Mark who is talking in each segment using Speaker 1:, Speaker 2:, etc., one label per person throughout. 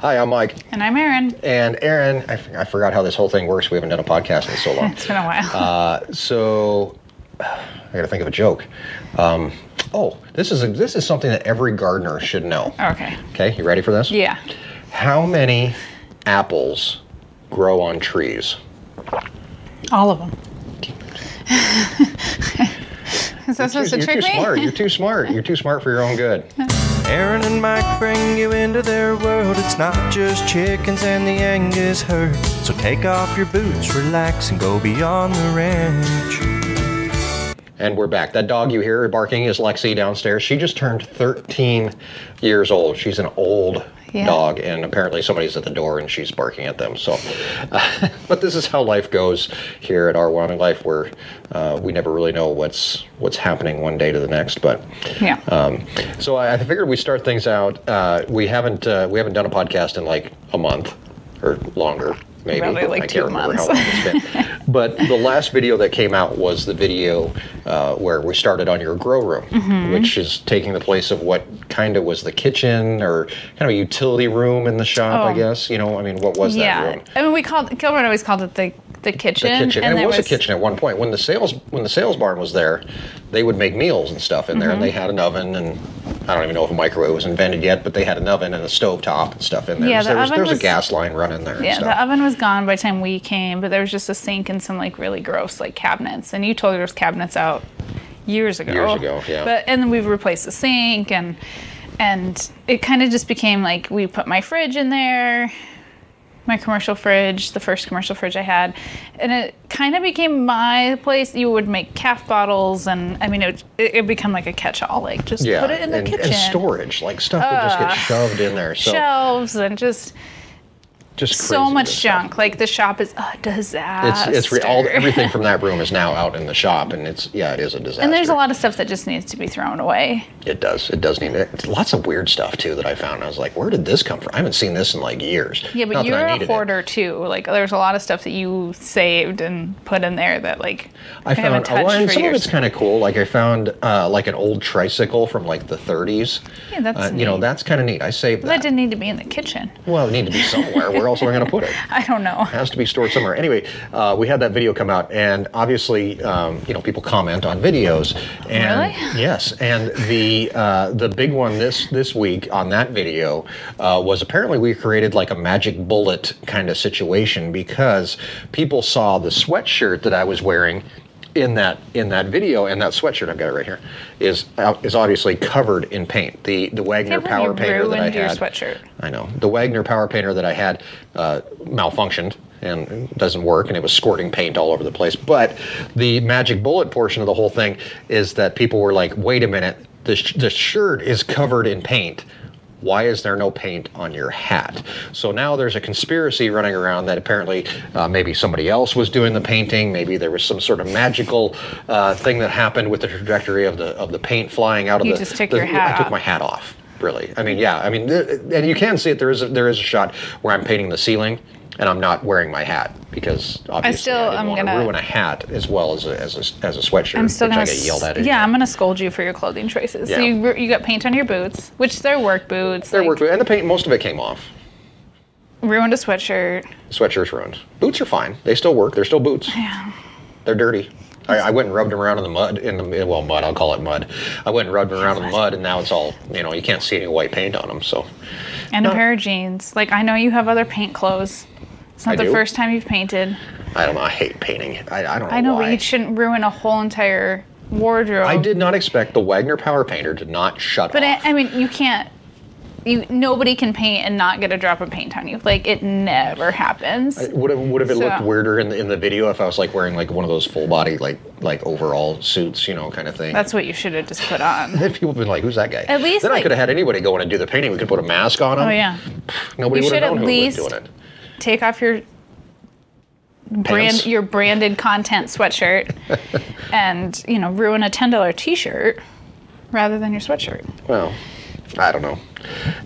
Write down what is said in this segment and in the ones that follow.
Speaker 1: Hi, I'm Mike.
Speaker 2: And I'm Erin.
Speaker 1: And Aaron, I f- I forgot how this whole thing works. We haven't done a podcast in so long.
Speaker 2: It's been a while.
Speaker 1: Uh, so I got to think of a joke. Um, oh, this is a, this is something that every gardener should know.
Speaker 2: Oh, okay.
Speaker 1: Okay, you ready for this?
Speaker 2: Yeah.
Speaker 1: How many apples grow on trees?
Speaker 2: All of them. Is that supposed
Speaker 1: you're, you're
Speaker 2: to trick
Speaker 1: too
Speaker 2: me?
Speaker 1: smart. You're too smart. You're too smart for your own good.
Speaker 3: Aaron and Mike bring you into their world. It's not just chickens and the Angus herd. So take off your boots, relax, and go beyond the ranch.
Speaker 1: And we're back. That dog you hear barking is Lexi downstairs. She just turned 13 years old. She's an old
Speaker 2: Yeah.
Speaker 1: dog, and apparently somebody's at the door and she's barking at them. So, uh, but this is how life goes here at our Wanted Life, where uh, we never really know what's what's happening one day to the next. But
Speaker 2: Yeah.
Speaker 1: um, so I, I figured we start things out. Uh, we haven't uh, we haven't done a podcast in like a month or longer, maybe.
Speaker 2: Probably like
Speaker 1: I can't
Speaker 2: two
Speaker 1: remember how long it's
Speaker 2: months.
Speaker 1: been. but the last video that came out was the video uh, where we started on your grow room,
Speaker 2: Mm-hmm.
Speaker 1: which is taking the place of what kind of was the kitchen or kind of a utility room in the shop, I
Speaker 2: Oh.
Speaker 1: guess. You know, I mean, what was that
Speaker 2: yeah.
Speaker 1: room?
Speaker 2: I mean, we called Kilburn always called it the the
Speaker 1: The
Speaker 2: kitchen.
Speaker 1: kitchen, and,
Speaker 2: there
Speaker 1: it was, a kitchen at one point. When the sales when the sales barn was there, they would make meals and stuff in there,
Speaker 2: Mm-hmm.
Speaker 1: and they had an oven and I don't even know if a microwave was invented yet, but they had an oven and a stove top and stuff in there.
Speaker 2: Yeah,
Speaker 1: So there
Speaker 2: the
Speaker 1: was, there
Speaker 2: oven
Speaker 1: was a
Speaker 2: was-
Speaker 1: gas line running there.
Speaker 2: Yeah,
Speaker 1: and
Speaker 2: the
Speaker 1: stuff.
Speaker 2: oven was gone by the time we came, but there was just a sink and some like really gross like cabinets. And you told those cabinets out years ago.
Speaker 1: Years ago, yeah.
Speaker 2: But and then we replaced the sink and and it kind of just became like we put my fridge in there, my commercial fridge, the first commercial fridge I had, and it kind of became my place. You would make calf bottles, and I mean it it, it became like a catch-all, like just
Speaker 1: yeah,
Speaker 2: put it in the
Speaker 1: and,
Speaker 2: kitchen.
Speaker 1: and storage, like stuff would just get shoved in there. So
Speaker 2: Shelves and just
Speaker 1: just
Speaker 2: so
Speaker 1: crazy
Speaker 2: much
Speaker 1: good stuff.
Speaker 2: junk. Ah, Like the shop is a
Speaker 1: It's
Speaker 2: disaster.
Speaker 1: it's re- all everything from that room is now out in the shop, and it's yeah, it is a disaster.
Speaker 2: And there's a lot of stuff that just needs to be thrown away.
Speaker 1: It does. It does need it's lots of weird stuff too that I found. I was like, where did this come from? I haven't seen this in like years.
Speaker 2: Yeah, but
Speaker 1: Not that I
Speaker 2: you're a
Speaker 1: needed it.
Speaker 2: hoarder too. Like there's a lot of stuff that you saved and put in there that like
Speaker 1: I
Speaker 2: haven't
Speaker 1: found oh,
Speaker 2: touched
Speaker 1: and
Speaker 2: for
Speaker 1: some
Speaker 2: years.
Speaker 1: of it's kind of cool. Like I found uh, like an old tricycle from like the 30s.
Speaker 2: Yeah, that's
Speaker 1: uh, you know
Speaker 2: neat.
Speaker 1: that's kind of neat. I saved
Speaker 2: that
Speaker 1: that.
Speaker 2: didn't need to be in the kitchen.
Speaker 1: well, it needed to be somewhere. Where else am I going to put it?
Speaker 2: I don't know.
Speaker 1: It has to be stored somewhere. Anyway, uh, we had that video come out, and obviously, um, you know, people comment on videos. And
Speaker 2: Really?
Speaker 1: Yes, and the uh, the big one this this week on that video uh, was apparently we created like a magic bullet kind of situation because people saw the sweatshirt that I was wearing. In that in that video, and that sweatshirt I've got it right here, is out is obviously covered in paint. The the Wagner
Speaker 2: Can't believe
Speaker 1: Power
Speaker 2: you
Speaker 1: Painter that I
Speaker 2: ruined your
Speaker 1: had.
Speaker 2: sweatshirt.
Speaker 1: I know. The Wagner power painter that I had uh, malfunctioned and doesn't work, and it was squirting paint all over the place. But the magic bullet portion of the whole thing is that people were like, wait a minute, the, sh- the shirt is covered in paint. Why is there no paint on your hat? So now there's a conspiracy running around that apparently uh, maybe somebody else was doing the painting. Maybe there was some sort of magical uh, thing that happened with the trajectory of the of the paint flying out of
Speaker 2: You
Speaker 1: the.
Speaker 2: just took
Speaker 1: the-
Speaker 2: your hat
Speaker 1: I took
Speaker 2: off.
Speaker 1: my my hat off. Really, I mean, yeah, I mean, th- and you can see it. There is a, there is a shot where I'm painting the ceiling, and I'm not wearing my hat because obviously I,
Speaker 2: still
Speaker 1: didn't
Speaker 2: am
Speaker 1: want to
Speaker 2: gonna-
Speaker 1: ruin a hat as well as a, as a, as a sweatshirt.
Speaker 2: I'm still
Speaker 1: which
Speaker 2: gonna
Speaker 1: I get yelled
Speaker 2: s-
Speaker 1: at.
Speaker 2: Yeah, I'm gonna scold you for your clothing choices. So
Speaker 1: Yeah.
Speaker 2: you you got paint on your boots, which they're work boots.
Speaker 1: They're
Speaker 2: like,
Speaker 1: worked with, and the paint most of it came off.
Speaker 2: Ruined a sweatshirt.
Speaker 1: Sweatshirts ruined. Boots are fine. They still work. They're still boots. They're dirty. I, I went and rubbed them around in the mud. In the well, mud. I'll call it mud. I went and rubbed them around in the mud, and now it's all you know. You can't see any white paint on them. So
Speaker 2: And a pair of jeans. Like I know you have other paint clothes. It's not
Speaker 1: I
Speaker 2: the
Speaker 1: do.
Speaker 2: first time you've painted.
Speaker 1: I don't know. I hate painting. I, I don't know.
Speaker 2: I know,
Speaker 1: why.
Speaker 2: but you shouldn't ruin a whole entire wardrobe.
Speaker 1: I did not expect the Wagner Power Painter to not shut
Speaker 2: Oh. But I,
Speaker 1: off.
Speaker 2: I mean, you can't. You nobody can paint and not get a drop of paint on you. Like it never happens.
Speaker 1: would have would have it looked
Speaker 2: So-
Speaker 1: weirder in the in the video if I was like wearing like one of those full body like like overall suits, you know, kind of thing.
Speaker 2: That's what you should have just put on.
Speaker 1: if people have been like, "Who's that guy?"
Speaker 2: At least,
Speaker 1: then I
Speaker 2: like-
Speaker 1: could have had anybody go in and do the painting. We could put a mask on him.
Speaker 2: Oh yeah,
Speaker 1: nobody would have
Speaker 2: You should at
Speaker 1: known who was
Speaker 2: least
Speaker 1: doing it.
Speaker 2: take off your brand
Speaker 1: Pants.
Speaker 2: your branded content sweatshirt, and you know ruin a ten dollar t shirt rather than your sweatshirt.
Speaker 1: Well, I don't know.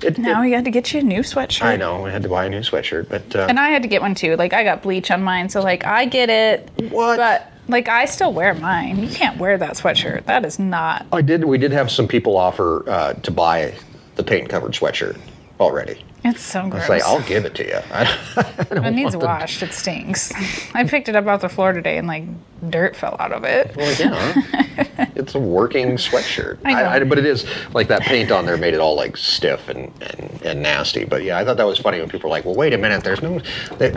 Speaker 1: It,
Speaker 2: Now
Speaker 1: it-
Speaker 2: we had to get you a new sweatshirt.
Speaker 1: I know I had to buy a new sweatshirt, but uh,
Speaker 2: And I had to get one too. Like I got bleach on mine, so like I get it.
Speaker 1: What?
Speaker 2: But like I still wear mine. You can't wear that sweatshirt. That is not.
Speaker 1: I did. We did have some people offer uh, to buy the paint covered sweatshirt already.
Speaker 2: It's so gross.
Speaker 1: It's like, I'll give it to you. I don't, I don't
Speaker 2: it needs
Speaker 1: want them-
Speaker 2: washed. It stinks. I picked it up off the floor today and like dirt fell out of it.
Speaker 1: Well, yeah. it's a working sweatshirt.
Speaker 2: I know.
Speaker 1: but it is like that paint on there made it all like stiff and, and, and nasty. But yeah, I thought that was funny when people were like, well, wait a minute, there's no, that,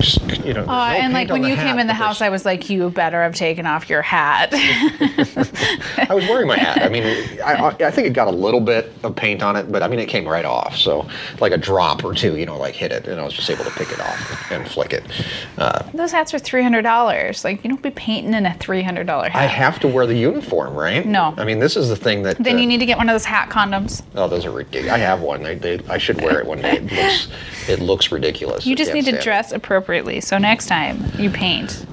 Speaker 1: just, you know, there's no
Speaker 2: Uh, and like
Speaker 1: paint on
Speaker 2: when you
Speaker 1: hat,
Speaker 2: came in the
Speaker 1: but there's-
Speaker 2: house, I was like, "You better have taken off your hat."
Speaker 1: I was wearing my hat. I mean, I, I I think it got a little bit of paint on it, but I mean, it came right off. So, like a drop or two, you know, like hit it, and I was just able to pick it off and flick it. Uh,
Speaker 2: Those hats are three hundred dollars. Like you don't be painting in a three hundred dollar
Speaker 1: I
Speaker 2: hat.
Speaker 1: have to wear the uniform, right?
Speaker 2: No.
Speaker 1: I mean, this is the thing that.
Speaker 2: then
Speaker 1: uh,
Speaker 2: you need to get one of those hat condoms.
Speaker 1: Oh, those are ridiculous. I have one. They, they, I should wear it one day. It looks, it looks ridiculous.
Speaker 2: You just
Speaker 1: I
Speaker 2: need
Speaker 1: can't
Speaker 2: to
Speaker 1: stand it.
Speaker 2: dress appropriately. So next time you paint,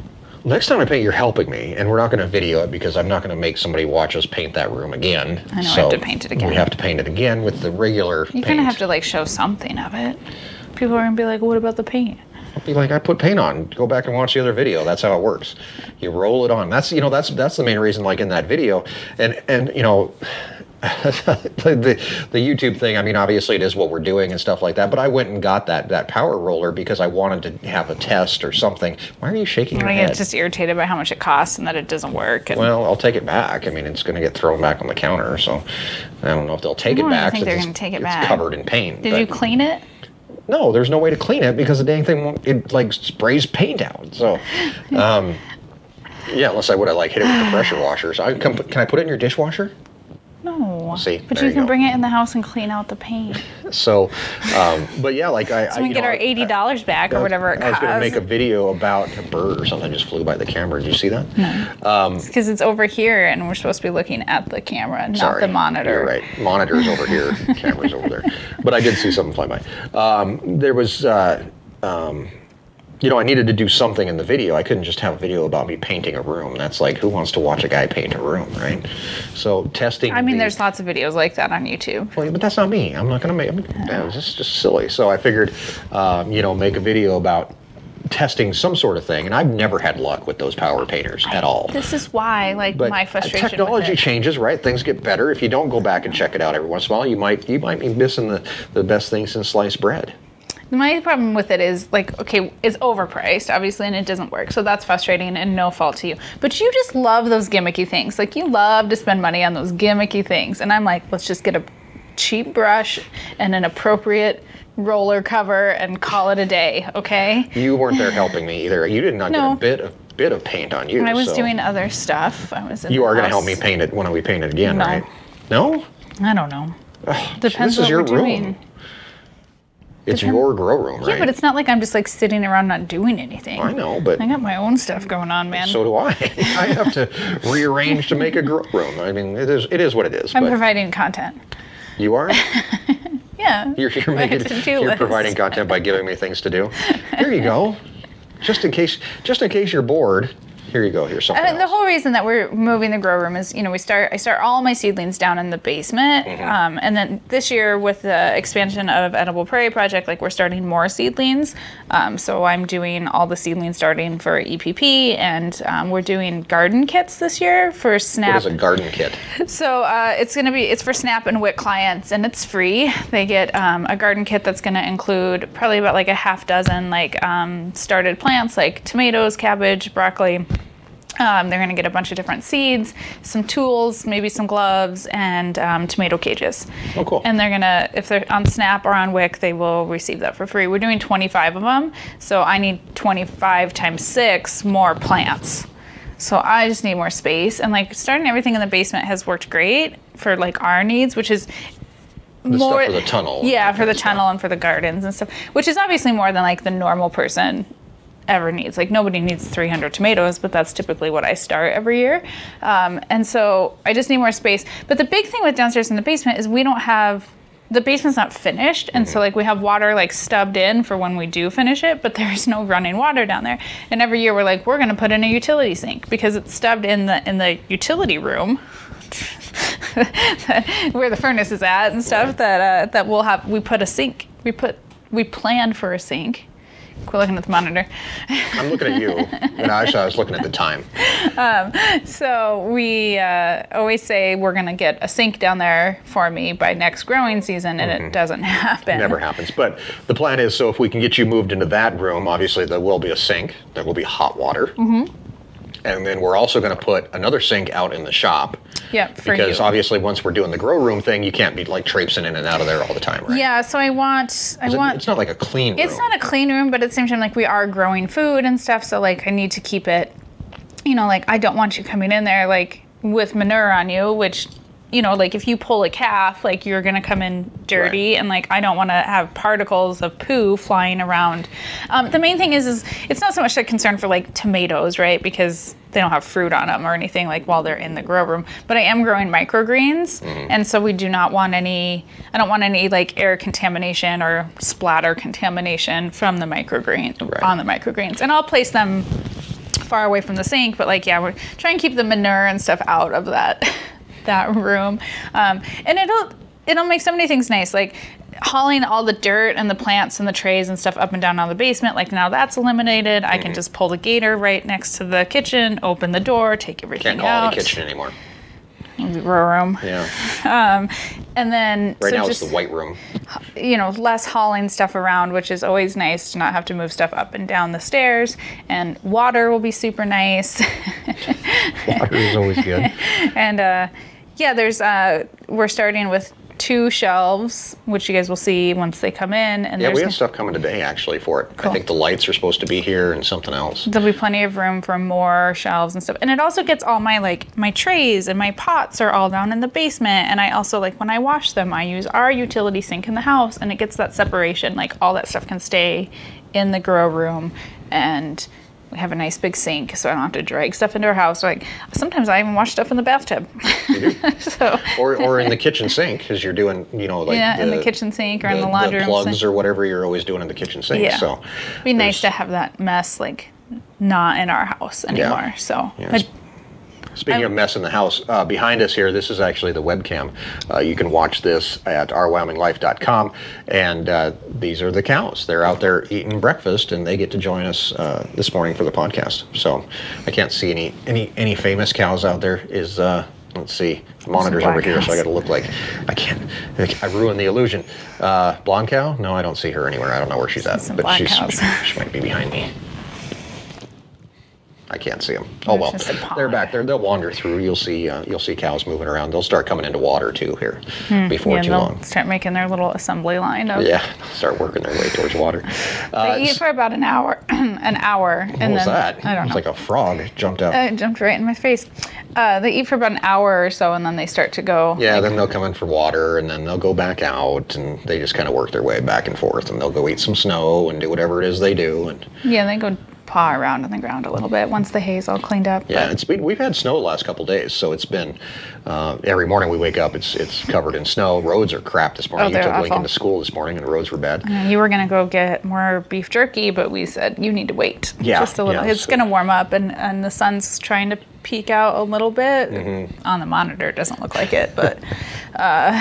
Speaker 1: Next time I paint, you're helping me, and we're not going to video it because I'm not going to make somebody watch us paint that room again.
Speaker 2: I know, I
Speaker 1: So
Speaker 2: have to paint it again.
Speaker 1: We have to paint it again with the regular.
Speaker 2: you kind
Speaker 1: paint.
Speaker 2: of have to like show something of it. People are gonna be like, "What about the paint?"
Speaker 1: be like, I put paint on. Go back and watch the other video. That's how it works. You roll it on. That's you know that's that's the main reason. Like in that video, and and you know. the the YouTube thing. I mean, obviously it is what we're doing and stuff like that. But I went and got that that power roller because I wanted to have a test or something. Why are you shaking
Speaker 2: I'm
Speaker 1: your
Speaker 2: gonna
Speaker 1: head?
Speaker 2: get just irritated by how much it costs and that it doesn't work. And
Speaker 1: well, I'll take it back. I mean, it's going to get thrown back on the counter. So I don't know if they'll take
Speaker 2: I don't
Speaker 1: it back. since
Speaker 2: think they're
Speaker 1: it's-
Speaker 2: gonna take it
Speaker 1: it's
Speaker 2: back.
Speaker 1: covered in paint.
Speaker 2: did
Speaker 1: but-
Speaker 2: you clean it?
Speaker 1: no, there's no way to clean it because the dang thing won't, it like sprays paint out. So, um, yeah, unless I would have like hit it with the pressure washer. So I can, put- can I put it in your dishwasher?
Speaker 2: No.
Speaker 1: See,
Speaker 2: but
Speaker 1: there
Speaker 2: you
Speaker 1: you
Speaker 2: can
Speaker 1: go.
Speaker 2: bring it in the house and clean out the paint.
Speaker 1: So, um, but yeah, like I,
Speaker 2: So we
Speaker 1: I, you
Speaker 2: can get
Speaker 1: know,
Speaker 2: our
Speaker 1: I-
Speaker 2: eighty dollars back or whatever it
Speaker 1: I was
Speaker 2: costs.
Speaker 1: going to make a video about a bird or something just flew by the camera. Did you see that?
Speaker 2: because it's over here and we're supposed to be looking at the camera, not
Speaker 1: Sorry,
Speaker 2: the monitor.
Speaker 1: You're right. Monitor's over here. Camera's over there. But I did see something fly by. Um, there was, uh, um, you know, I needed to do something in the video. I couldn't just have a video about me painting a room. That's like, who wants to watch a guy paint a room, right? So testing.
Speaker 2: I mean,
Speaker 1: the-
Speaker 2: there's lots of videos like that on YouTube.
Speaker 1: well, but that's not me. I'm not going to make. I'm, that was just, just silly. So I figured, um, you know, make a video about testing some sort of thing. And I've never had luck with those power painters at all
Speaker 2: This is why, like, my frustration. with
Speaker 1: technology
Speaker 2: it.
Speaker 1: changes, right? Things get better. If you don't go back and check it out every once in a while, you might you might be missing the, the best thing since sliced bread.
Speaker 2: My problem with it is like, okay, it's overpriced, obviously, and it doesn't work. So that's frustrating and no fault to you. But you just love those gimmicky things. Like you love to spend money on those gimmicky things. And I'm like, let's just get a cheap brush and an appropriate roller cover and call it a day, okay?
Speaker 1: You weren't there helping me either. You did not get a
Speaker 2: No.
Speaker 1: bit of bit of paint on you.
Speaker 2: I was
Speaker 1: so
Speaker 2: doing other stuff. I was in
Speaker 1: You
Speaker 2: the
Speaker 1: are going to
Speaker 2: house.
Speaker 1: help me paint it when we paint it again,
Speaker 2: No.
Speaker 1: right? No,
Speaker 2: I don't know. Depends
Speaker 1: this is
Speaker 2: what
Speaker 1: your
Speaker 2: we're
Speaker 1: room.
Speaker 2: doing.
Speaker 1: It's your grow room, right?
Speaker 2: Yeah, but it's not like I'm just like sitting around not doing anything.
Speaker 1: I know, but
Speaker 2: I got my own stuff going on, man.
Speaker 1: so do I. I have to rearrange to make a grow room. I mean, it is it is what it is.
Speaker 2: I'm
Speaker 1: but
Speaker 2: providing content.
Speaker 1: you are.
Speaker 2: Yeah.
Speaker 1: You're, you're,
Speaker 2: My
Speaker 1: making,
Speaker 2: to-do
Speaker 1: you're
Speaker 2: list.
Speaker 1: providing content by giving me things to do. Here you go. Just in case, just in case you're bored, here you go. Here's something.
Speaker 2: And the
Speaker 1: else.
Speaker 2: whole reason that we're moving the grow room is, you know, we start I start all my seedlings down in the basement,
Speaker 1: Mm-hmm.
Speaker 2: um, and then this year with the expansion of Edible Prairie Project, like we're starting more seedlings. Um, so I'm doing all the seedlings starting for EPP, and um, we're doing garden kits this year for
Speaker 1: What
Speaker 2: snap.
Speaker 1: is a garden kit?
Speaker 2: So uh, it's gonna be it's for Snap and WIC clients, and it's free. They get um, a garden kit that's gonna include probably about like a half dozen like um, started plants like tomatoes, cabbage, broccoli. Um, they're gonna get a bunch of different seeds, some tools, maybe some gloves, and um, tomato cages.
Speaker 1: Oh, cool.
Speaker 2: And they're gonna if they're on Snap or on WIC, they will receive that for free. We're doing 25 of them, so I need 25 times six more plants. So I just need more space. And like starting everything in the basement has worked great for like our needs, which is
Speaker 1: The
Speaker 2: more
Speaker 1: stuff for the tunnel.
Speaker 2: Yeah, for the
Speaker 1: tunnel.
Speaker 2: tunnel and for the gardens and stuff, which is obviously more than like the normal person ever needs. Like nobody needs 300 tomatoes, but that's typically what I start every year. Um, and so I just need more space. But the big thing with downstairs in the basement is we don't have the basement's not finished and so like we have water like stubbed in for when we do finish it but there's no running water down there and every year we're like we're going to put in a utility sink because it's stubbed in the in the utility room where the furnace is at and stuff that uh, that we'll have we put a sink we put we planned for a sink Quit looking at the monitor.
Speaker 1: I'm looking at you. and actually, I was looking at the time.
Speaker 2: So we uh, always say we're gonna get a sink down there for me by next growing season, and it doesn't happen.
Speaker 1: Mm-hmm. Never happens. But the plan is so if we can get you moved into that room, obviously there will be a sink, there will be hot water.
Speaker 2: Mm-hmm.
Speaker 1: And then we're also going to put another sink out in the shop.
Speaker 2: Yep, for
Speaker 1: because
Speaker 2: you.
Speaker 1: obviously, once we're doing the grow room thing, you can't be like traipsing in and out of there all the time, right?
Speaker 2: Yeah. So I want. I
Speaker 1: It's,
Speaker 2: want.
Speaker 1: it's not like a clean room.
Speaker 2: It's not a clean room, but at the same time, like we are growing food and stuff, so like I need to keep it. You know, like I don't want you coming in there like with manure on you, which, you know, like if you pull a calf, like you're gonna come in dirty, and like I don't want to have particles of poo flying around. Um, the main thing is, is it's not so much a concern for like tomatoes, right? Because they don't have fruit on them or anything like while they're in the grow room. But I am growing microgreens, and so we do not want any. I don't want any like air contamination or splatter contamination from the microgreen on the microgreens, and I'll place them far away from the sink. But like, yeah, we're trying to keep the manure and stuff out of that that room, um, and it'll it'll make so many things nice, like. Hauling all the dirt and the plants and the trays and stuff up and down on the basement, like now that's eliminated. I
Speaker 1: Mm-hmm.
Speaker 2: can just pull the gator right next to the kitchen, open the door, take everything
Speaker 1: Can't call
Speaker 2: out.
Speaker 1: it a kitchen anymore.
Speaker 2: Grow room.
Speaker 1: Yeah.
Speaker 2: Um, and then
Speaker 1: Right
Speaker 2: so
Speaker 1: now
Speaker 2: just
Speaker 1: it's the white room.
Speaker 2: you know less hauling stuff around, which is always nice to not have to move stuff up and down the stairs. And water will be super nice.
Speaker 1: Water is always good.
Speaker 2: and uh, yeah, there's uh, we're starting with two shelves, which you guys will see once they come in. And
Speaker 1: Yeah,
Speaker 2: there's
Speaker 1: we have stuff coming today actually for it. I think the lights are supposed to be here and something else.
Speaker 2: there'll be plenty of room for more shelves and stuff and it also gets all my like my trays and my pots are all down in the basement and i also like when i wash them i use our utility sink in the house and it gets that separation like all that stuff can stay in the grow room and we have a nice big sink so i don't have to drag stuff into our house like sometimes i even wash stuff in the bathtub
Speaker 1: Mm-hmm.
Speaker 2: so
Speaker 1: Or, or in the kitchen sink because you're doing, you know, like
Speaker 2: yeah in the kitchen sink or in the laundry room
Speaker 1: plugs
Speaker 2: sink.
Speaker 1: or whatever you're always doing in the kitchen sink.
Speaker 2: Yeah.
Speaker 1: So
Speaker 2: be nice to
Speaker 1: there's-
Speaker 2: have that mess like not in our house anymore so
Speaker 1: Yeah,
Speaker 2: but-
Speaker 1: it's- Speaking of mess in the house, uh, behind us here, this is actually the webcam. Uh, you can watch this at ourwyominglife.com. And uh, these are the cows. They're out there eating breakfast, and they get to join us uh, this morning for the podcast. So I can't see any any any famous cows out there. Is uh, let's see, the monitor's
Speaker 2: black
Speaker 1: over here, so I
Speaker 2: cows.
Speaker 1: got to look like I can't. I ruined the illusion. Uh, blonde cow? No, I don't see her anywhere. I don't know where she's at,
Speaker 2: Some
Speaker 1: but
Speaker 2: black
Speaker 1: she's,
Speaker 2: cows.
Speaker 1: she might be behind me. I can't see them. Oh
Speaker 2: There's
Speaker 1: well,
Speaker 2: just a pond.
Speaker 1: they're back there. They'll wander through. You'll see. Uh, you'll see cows moving around. They'll start coming into water too here before
Speaker 2: Hmm. yeah,
Speaker 1: too
Speaker 2: they'll
Speaker 1: long.
Speaker 2: start making their little assembly line of
Speaker 1: Yeah, start working their way towards water. Uh,
Speaker 2: they eat for about an hour an hour
Speaker 1: what
Speaker 2: and
Speaker 1: was
Speaker 2: then
Speaker 1: that?
Speaker 2: i don't
Speaker 1: It
Speaker 2: know Oh,
Speaker 1: was like a frog jumped out.
Speaker 2: it jumped right in my face uh, they eat for about an hour or so and then they start to go
Speaker 1: yeah, then they'll come in for water, and then they'll go back out, and they just kind of work their way back and forth, and they'll go eat some snow and do whatever it is they do, and
Speaker 2: yeah they go paw around on the ground a little bit once the hay's all cleaned up
Speaker 1: Yeah, it's been, we've had snow the last couple days, so it's been uh, every morning we wake up, it's it's covered in snow. Roads are crap this morning.
Speaker 2: Oh,
Speaker 1: you
Speaker 2: they're
Speaker 1: took Lincoln
Speaker 2: awful.
Speaker 1: to school this morning, and the roads were bad.
Speaker 2: Uh, you were gonna go get more beef jerky, but we said you need to wait
Speaker 1: Yeah,
Speaker 2: just a little.
Speaker 1: yeah,
Speaker 2: it's
Speaker 1: so-
Speaker 2: gonna warm up, and, and the sun's trying to peek out a little bit
Speaker 1: Mm-hmm.
Speaker 2: on the monitor. It doesn't look like it, but uh,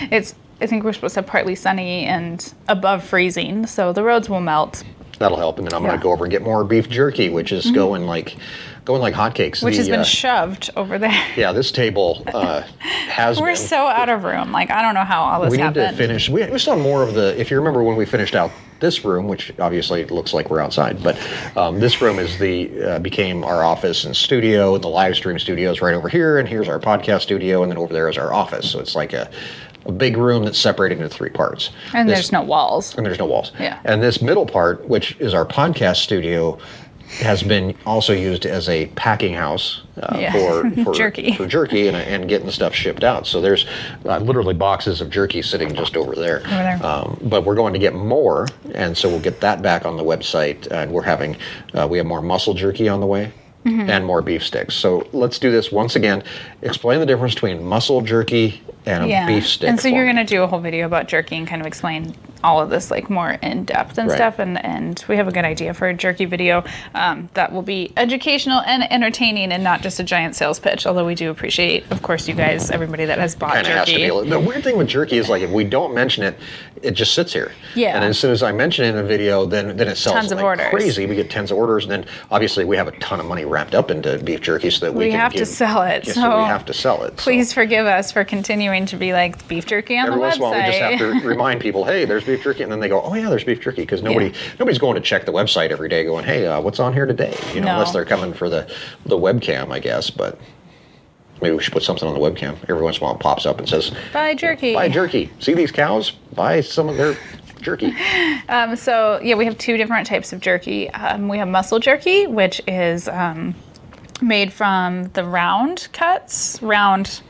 Speaker 2: it's. I think we're supposed to have partly sunny and above freezing, so the roads will melt,
Speaker 1: That'll help, and then I'm
Speaker 2: Yeah. Mm-hmm.
Speaker 1: gonna go over and get more beef jerky, which is going like going like hotcakes.
Speaker 2: which
Speaker 1: The,
Speaker 2: has been
Speaker 1: uh,
Speaker 2: shoved over there.
Speaker 1: yeah, this table uh, has
Speaker 2: We're
Speaker 1: been.
Speaker 2: so out of room. Like I don't know how all this
Speaker 1: we need
Speaker 2: happened.
Speaker 1: to finish. We, we still have more of the. If you remember when we finished out this room, which obviously it looks like we're outside, but um, this room is the uh, became our office and studio. The live stream studio is right over here, and here's our podcast studio, and then over there is our office. So it's like a, a big room that's separated into three parts.
Speaker 2: and
Speaker 1: This-
Speaker 2: there's no walls.
Speaker 1: and there's no walls.
Speaker 2: Yeah.
Speaker 1: And this middle part, which is our podcast studio, has been also used as a packing house uh,
Speaker 2: Yeah.
Speaker 1: for, for
Speaker 2: Jerky.
Speaker 1: for jerky and, and getting the stuff shipped out. So there's uh, literally boxes of jerky sitting just over there.
Speaker 2: there.
Speaker 1: Um, but we're going to get more, and so we'll get that back on the website. And we're having uh, we have more muscle jerky on the way.
Speaker 2: Mm-hmm.
Speaker 1: And more beef sticks. So let's do this once again. Explain the difference between muscle jerky and a beef stick.
Speaker 2: And so
Speaker 1: for
Speaker 2: you're
Speaker 1: me.
Speaker 2: going to do a whole video about jerky and kind of explain all of this like more in depth and
Speaker 1: Right.
Speaker 2: stuff and and we have a good idea for a jerky video um, that will be educational and entertaining and not just a giant sales pitch although we do appreciate of course you guys everybody that has bought
Speaker 1: kind of
Speaker 2: jerky
Speaker 1: has to be. The weird thing with jerky is like if we don't mention it, it just sits here.
Speaker 2: Yeah.
Speaker 1: And as soon as I mention it in a video, then then it sells
Speaker 2: Tons of
Speaker 1: like
Speaker 2: orders.
Speaker 1: crazy. We get tons of orders, and then obviously we have a ton of money wrapped up into beef jerky, so that we,
Speaker 2: We
Speaker 1: can
Speaker 2: have to
Speaker 1: give-
Speaker 2: sell it,
Speaker 1: Yeah,
Speaker 2: so
Speaker 1: we have to sell it. so.
Speaker 2: please forgive us for continuing to be like beef jerky on
Speaker 1: Every
Speaker 2: the
Speaker 1: once in a
Speaker 2: website
Speaker 1: while, we just have to remind people, "Hey, there's beef jerky," and then they go, "Oh yeah, there's beef jerky," because nobody
Speaker 2: Yeah.
Speaker 1: nobody's going to check the website every day, going, "Hey, uh, what's on here today?" You know,
Speaker 2: No.
Speaker 1: unless they're coming for the the webcam, I guess. But maybe we should put something on the webcam. Every once in a while, it pops up and says,
Speaker 2: buy jerky
Speaker 1: buy jerky. See these cows? Buy some of their jerky.
Speaker 2: Um, so yeah, we have two different types of jerky. Um, we have muscle jerky, which is um, made from the round cuts, round.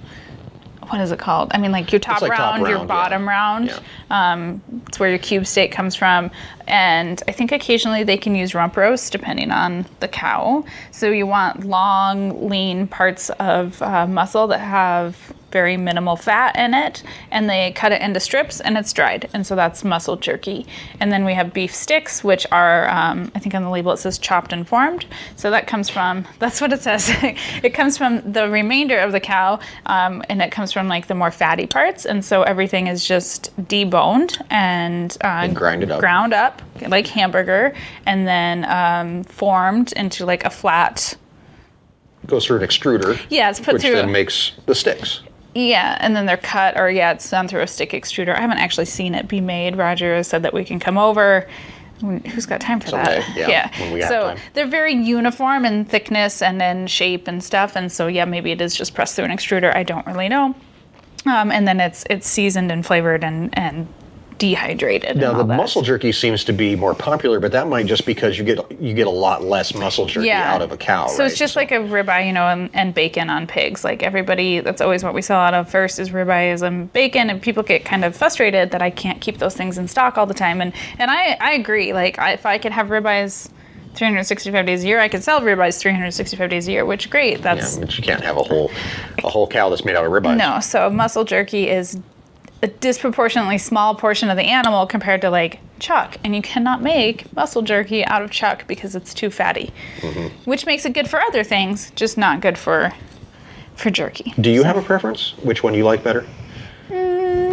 Speaker 2: What is it called? I mean, like your top,
Speaker 1: like top
Speaker 2: round, your
Speaker 1: round, yeah.
Speaker 2: bottom round.
Speaker 1: Yeah.
Speaker 2: Um, it's where your cube steak comes from, and I think occasionally they can use rump roast depending on the cow. So you want long, lean parts of uh, muscle that have very minimal fat in it, and they cut it into strips and it's dried, and so that's muscle jerky. And then we have beef sticks, which are um, I think on the label it says chopped and formed. So that comes from that's what it says. it comes from the remainder of the cow, um, and it comes from like the more fatty parts, and so everything is just deboned and, uh,
Speaker 1: grind it up.
Speaker 2: ground up like hamburger, and then um, formed into like a flat.
Speaker 1: Goes through an extruder.
Speaker 2: Yeah, it's put
Speaker 1: which
Speaker 2: through
Speaker 1: then
Speaker 2: a-
Speaker 1: makes the sticks.
Speaker 2: Yeah, and then they're cut, or yeah, it's done through a stick extruder. I haven't actually seen it be made. Roger has said that we can come over. When- Who's got time for that?
Speaker 1: Someday, yeah, when we have
Speaker 2: so
Speaker 1: time.
Speaker 2: they're very uniform in thickness and in shape and stuff. And so yeah, maybe it is just pressed through an extruder. I don't really know. Um, and then it's it's seasoned and flavored and and dehydrated. and
Speaker 1: Now
Speaker 2: all
Speaker 1: the
Speaker 2: that.
Speaker 1: muscle jerky seems to be more popular, but that might just because you get you get a lot less muscle jerky out of a cow.
Speaker 2: So it's
Speaker 1: right?
Speaker 2: just like a ribeye, you know, and, and bacon on pigs. Like everybody, that's always what we sell out of first is ribeyes and bacon, and people get kind of frustrated that I can't keep those things in stock all the time. And and I I agree. Like I, if I could have ribeyes. 365 days a year, I could sell ribeyes 365 days a year, which great. That's
Speaker 1: Yeah, but you can't have a whole a whole cow that's made out of ribeyes.
Speaker 2: no. So muscle jerky is a disproportionately small portion of the animal compared to like chuck, and you cannot make muscle jerky out of chuck because it's too fatty,
Speaker 1: Mm-hmm.
Speaker 2: which makes it good for other things, just not good for for jerky.
Speaker 1: Do you have a preference? Which one you like better?
Speaker 2: Mm.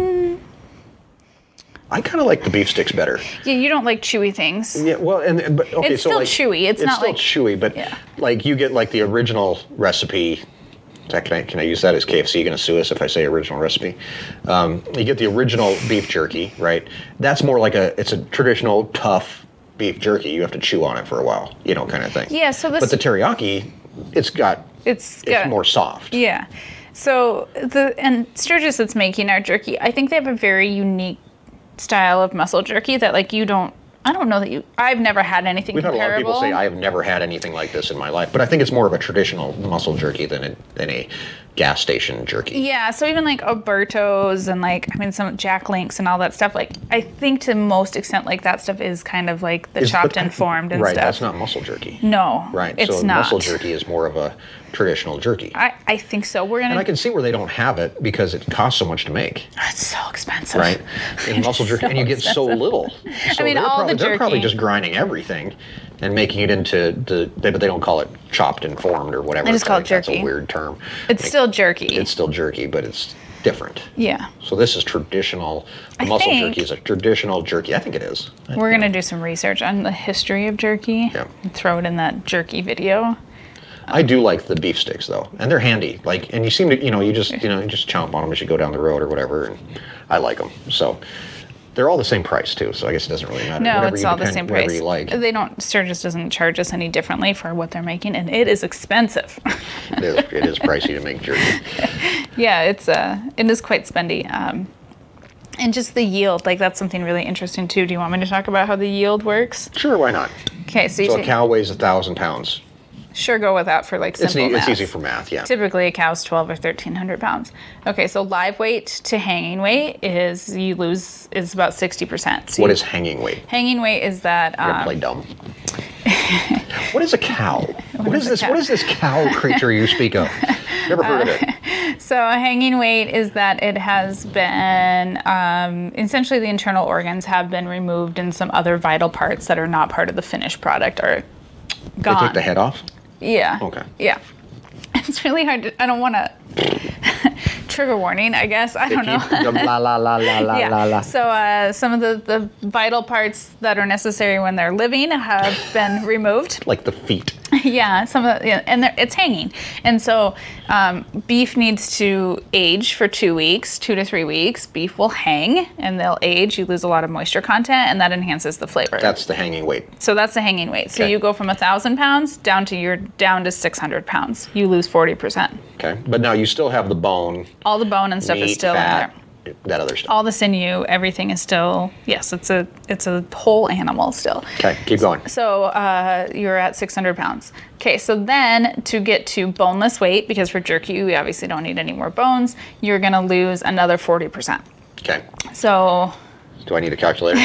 Speaker 1: I kind of like the beef sticks better.
Speaker 2: Yeah, you don't like chewy things.
Speaker 1: Yeah, well, and and- but okay,
Speaker 2: It's
Speaker 1: so
Speaker 2: still
Speaker 1: like,
Speaker 2: chewy. It's not
Speaker 1: still
Speaker 2: like-
Speaker 1: chewy, but
Speaker 2: Yeah.
Speaker 1: like you get like the original recipe. Is that- Can I, can I use that as KFC going to sue us if I say original recipe? Um, you get the original beef jerky, right? That's more like a it's a traditional tough beef jerky. You have to chew on it for a while, you know, kind of thing.
Speaker 2: Yeah, so this-
Speaker 1: But the teriyaki, it's got
Speaker 2: It's
Speaker 1: it's
Speaker 2: got-
Speaker 1: more soft.
Speaker 2: Yeah. So the and Sturgis that's making our jerky, I think they have a very unique style of muscle jerky that like you don't. I don't know that you. I've never had anything
Speaker 1: We've had a lot of
Speaker 2: comparable.
Speaker 1: people say I have never had anything like this in my life, but I think it's more of a traditional muscle jerky than a, than a gas station jerky.
Speaker 2: Yeah, so even like Alberto's and like I mean some Jack Links and all that stuff. Like I think to most extent, like that stuff is kind of like the
Speaker 1: Is-
Speaker 2: chopped
Speaker 1: but-
Speaker 2: and formed and
Speaker 1: right,
Speaker 2: stuff.
Speaker 1: that's not muscle jerky.
Speaker 2: no,
Speaker 1: Right.
Speaker 2: it's
Speaker 1: so
Speaker 2: not.
Speaker 1: muscle jerky is more of a traditional jerky.
Speaker 2: I, I think so. We're gonna.
Speaker 1: and I can see where they don't have it because it costs so much to make,
Speaker 2: it's so expensive,
Speaker 1: right? In muscle
Speaker 2: It's
Speaker 1: jerky,
Speaker 2: so
Speaker 1: and you get so
Speaker 2: expensive.
Speaker 1: little. So
Speaker 2: mean,
Speaker 1: they're,
Speaker 2: all
Speaker 1: probably,
Speaker 2: the
Speaker 1: they're probably
Speaker 2: jerky-
Speaker 1: just grinding everything and making it into the. They, but they don't call it chopped and formed or whatever.
Speaker 2: They just
Speaker 1: It's
Speaker 2: call
Speaker 1: like,
Speaker 2: it
Speaker 1: That's
Speaker 2: jerky.
Speaker 1: a weird term.
Speaker 2: It's
Speaker 1: Like,
Speaker 2: still jerky.
Speaker 1: It's still jerky, but it's different.
Speaker 2: yeah.
Speaker 1: So this is traditional muscle
Speaker 2: think-
Speaker 1: jerky. Is a traditional jerky? I think it is. I-
Speaker 2: We're gonna do some research on the history of jerky.
Speaker 1: Yeah.
Speaker 2: And throw it in that jerky video.
Speaker 1: I do like the beef sticks though, and they're handy. Like, and you seem to, you know, you just, you know, you just chomp on them as you go down the road or whatever. And I like them. So they're all the same price too. So I guess it doesn't really matter.
Speaker 2: No,
Speaker 1: Whatever
Speaker 2: it's
Speaker 1: you
Speaker 2: all the
Speaker 1: depend-
Speaker 2: same
Speaker 1: whatever
Speaker 2: price.
Speaker 1: you like,
Speaker 2: They don't. Sturgis doesn't charge us any differently for what they're making, and it is expensive.
Speaker 1: it is, it is pricey to make jerky.
Speaker 2: Yeah, it's uh, it is quite spendy. Um, and just the yield, like that's something really interesting too. Do you want me to talk about how the yield works?
Speaker 1: Sure, why not?
Speaker 2: Okay, so you
Speaker 1: So a
Speaker 2: take-
Speaker 1: cow weighs a thousand pounds.
Speaker 2: sure go with that for like
Speaker 1: It's,
Speaker 2: simple
Speaker 1: e- it's
Speaker 2: math.
Speaker 1: easy for math. Yeah.
Speaker 2: Typically, a cow's 12 or 1300 pounds. Okay, so live weight to hanging weight is you lose is about 60%. So
Speaker 1: What
Speaker 2: you-
Speaker 1: is hanging weight?
Speaker 2: hanging weight? Is that
Speaker 1: Don't
Speaker 2: um,
Speaker 1: play dumb. what is a cow? what is
Speaker 2: is a
Speaker 1: this?
Speaker 2: cow?
Speaker 1: What is this cow creature you speak of? Never heard of it.
Speaker 2: So, a hanging weight is that it has been um, essentially the internal organs have been removed, and some other vital parts that are not part of the finished product are
Speaker 1: They
Speaker 2: gone.
Speaker 1: took the head off.
Speaker 2: Yeah.
Speaker 1: Okay.
Speaker 2: Yeah. It's really hard to. I don't want to. Trigger warning, I guess. I
Speaker 1: They
Speaker 2: don't know.
Speaker 1: keep the la la la la la
Speaker 2: yeah.
Speaker 1: la la.
Speaker 2: So uh, some of the, the vital parts that are necessary when they're living have been removed.
Speaker 1: Like the feet.
Speaker 2: yeah, some of the, yeah, and they're- it's hanging. And so um, beef needs to age for two weeks, two to three weeks. Beef will hang and they'll age. You lose a lot of moisture content, and that enhances the flavor.
Speaker 1: That's the hanging weight.
Speaker 2: so that's the hanging weight. So
Speaker 1: Okay.
Speaker 2: you go from a thousand pounds down to your down to six hundred pounds. You lose forty percent.
Speaker 1: Okay. But now you still have the bone,
Speaker 2: All the bone and stuff
Speaker 1: meat,
Speaker 2: is still in
Speaker 1: fat,
Speaker 2: there.
Speaker 1: that other stuff.
Speaker 2: all the sinew, everything is still yes, it's a it's a whole animal still.
Speaker 1: Okay. Keep going.
Speaker 2: So uh, you're at 600 pounds. Okay, so then to get to boneless weight, because for jerky we obviously don't need any more bones, you're gonna lose another 40%.
Speaker 1: Okay.
Speaker 2: So
Speaker 1: Do I need a calculator?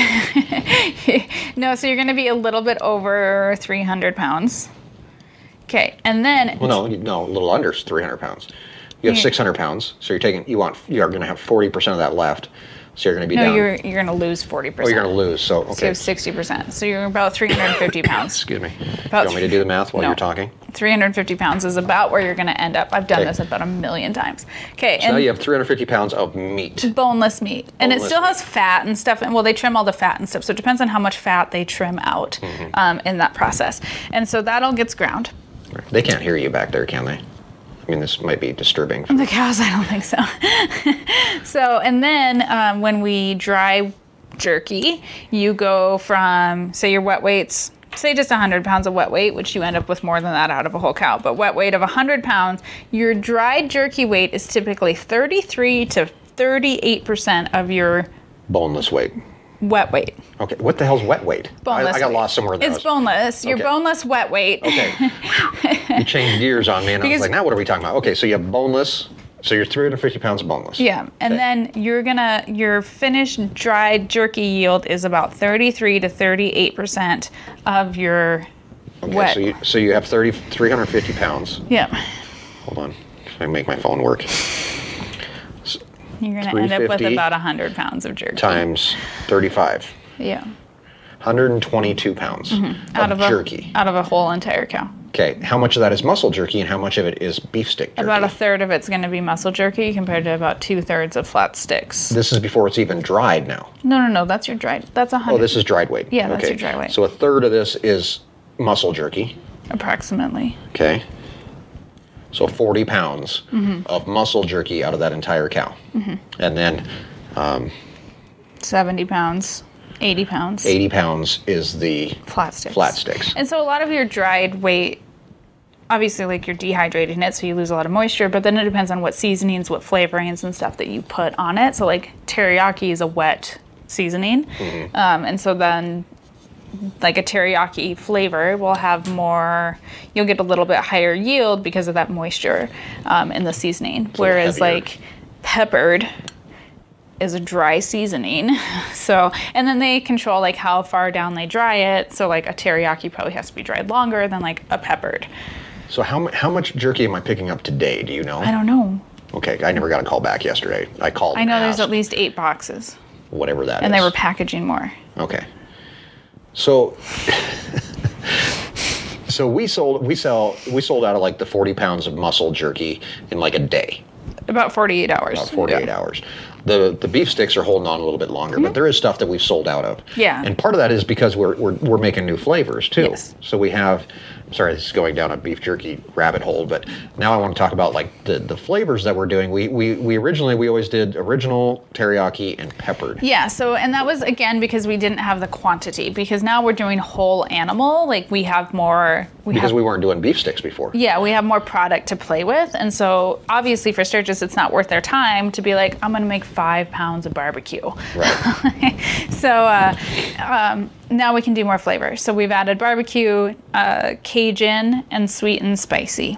Speaker 2: no, so you're gonna be a little bit over 300 pounds. Okay, and then
Speaker 1: Well, no, you- no, a little under 300 pounds. You have 600 pounds, so you're taking. You want. You are going to have 40 percent of that left, so you're going to be
Speaker 2: no,
Speaker 1: down.
Speaker 2: you're you're gonna lose 40%.
Speaker 1: oh, you're going to lose. So
Speaker 2: So you
Speaker 1: okay.
Speaker 2: have 60%. So you're about 350 pounds.
Speaker 1: Excuse me. You
Speaker 2: About
Speaker 1: want me to do the math while
Speaker 2: No.
Speaker 1: you're talking?
Speaker 2: 350 pounds is about where you're going to end up. I've done
Speaker 1: Okay.
Speaker 2: this about a million times. Okay,
Speaker 1: now
Speaker 2: and
Speaker 1: you have 350 pounds of meat.
Speaker 2: boneless meat, and it
Speaker 1: Boneless
Speaker 2: still
Speaker 1: meat.
Speaker 2: has fat and stuff. And well, they trim all the fat and stuff, so it depends on how much fat they trim out
Speaker 1: Mm-hmm.
Speaker 2: um, in that process. And so that all gets ground.
Speaker 1: They can't hear you back there, can they? I mean, this might be disturbing.
Speaker 2: The cows, I don't think so. so, and then um, when we dry jerky, you go from, say, your wet weights, say just 100 pounds of wet weight, which you end up with more than that out of a whole cow, but wet weight of 100 pounds, your dried jerky weight is typically 33 to 38% of your
Speaker 1: Boneless weight.
Speaker 2: wet weight.
Speaker 1: Okay. What the hell's wet weight? I,
Speaker 2: Boneless.
Speaker 1: I got
Speaker 2: weight.
Speaker 1: lost somewhere. There.
Speaker 2: It's
Speaker 1: I was-
Speaker 2: boneless. Your
Speaker 1: Okay.
Speaker 2: boneless wet weight.
Speaker 1: Okay. you changed gears on me, and I
Speaker 2: Because-
Speaker 1: was like, now what are we talking about? Okay, so you have boneless. So you're 350 pounds of boneless.
Speaker 2: Yeah, and
Speaker 1: Okay.
Speaker 2: then you're gonna your finished dried jerky yield is about 33 to 38 percent of your
Speaker 1: Okay,
Speaker 2: wet.
Speaker 1: So you, so you have 30, 350 pounds.
Speaker 2: yeah,
Speaker 1: Hold on. I make my phone work.
Speaker 2: you're gonna end up with
Speaker 1: 350
Speaker 2: about 100 pounds of jerky.
Speaker 1: Times 35.
Speaker 2: Yeah,
Speaker 1: 122 pounds
Speaker 2: Mm-hmm. out
Speaker 1: of,
Speaker 2: of a
Speaker 1: jerky.
Speaker 2: out of a whole entire cow.
Speaker 1: okay. How much of that is muscle jerky and how much of it is beef stick jerky?
Speaker 2: About a third of it's gonna be muscle jerky compared to about two thirds of flat sticks.
Speaker 1: This is before it's even dried now.
Speaker 2: No, no, no, that's your dried. That's 100
Speaker 1: Oh, this is dried weight.
Speaker 2: Yeah, that's
Speaker 1: okay.
Speaker 2: your dried weight.
Speaker 1: So a third of this is muscle jerky.
Speaker 2: approximately.
Speaker 1: Okay. So 40 pounds
Speaker 2: Mm-hmm.
Speaker 1: of muscle jerky out of that entire cow. And then
Speaker 2: 70 pounds, 80 pounds.
Speaker 1: 80 pounds is the
Speaker 2: flat sticks.
Speaker 1: Flat sticks.
Speaker 2: And so a lot of your dried weight, obviously, like you're dehydrating it, so you lose a lot of moisture. But then it depends on what seasonings, what flavorings, and stuff that you put on it. So like teriyaki is a wet seasoning, um, and so then like a teriyaki flavor will have more. You'll get a little bit higher yield because of that moisture um, in the seasoning.
Speaker 1: little
Speaker 2: Whereas
Speaker 1: heavier.
Speaker 2: like peppered is a dry seasoning. So, and then they control like how far down they dry it. So, like a teriyaki probably has to be dried longer than like a peppered.
Speaker 1: So how, mu- how much jerky am I picking up today? Do you know?
Speaker 2: I don't know.
Speaker 1: Okay, I never got a call back yesterday. I called.
Speaker 2: I know
Speaker 1: and
Speaker 2: there's at
Speaker 1: asked
Speaker 2: least eight boxes,
Speaker 1: whatever that
Speaker 2: and
Speaker 1: is.
Speaker 2: they were packaging more.
Speaker 1: okay. So, so we sold we sell we sold out of like the forty pounds of muscle jerky in like a day,
Speaker 2: About 48 hours.
Speaker 1: about forty eight
Speaker 2: Yeah. Mhm.
Speaker 1: hours. The the beef sticks are holding on a little bit longer, but there is stuff that we've sold out of.
Speaker 2: Yeah.
Speaker 1: and part of that is because we're we're, we're making new flavors too.
Speaker 2: Yes.
Speaker 1: So we have. I'm sorry, this is going down a beef jerky rabbit hole, but now I want to talk about like the, the flavors that we're doing. We, we we originally we always did original teriyaki and peppered.
Speaker 2: Yeah, so and that was again because we didn't have the quantity because now we're doing whole animal, like we have more we
Speaker 1: because
Speaker 2: have
Speaker 1: we weren't doing beef sticks before.
Speaker 2: yeah, we have more product to play with. And so obviously for Sturgis, it's not worth their time to be like, I'm going to make five pounds of barbecue.
Speaker 1: Right.
Speaker 2: so uh, um, now we can do more flavors. So we've added barbecue, uh, Cajun, and sweet and spicy.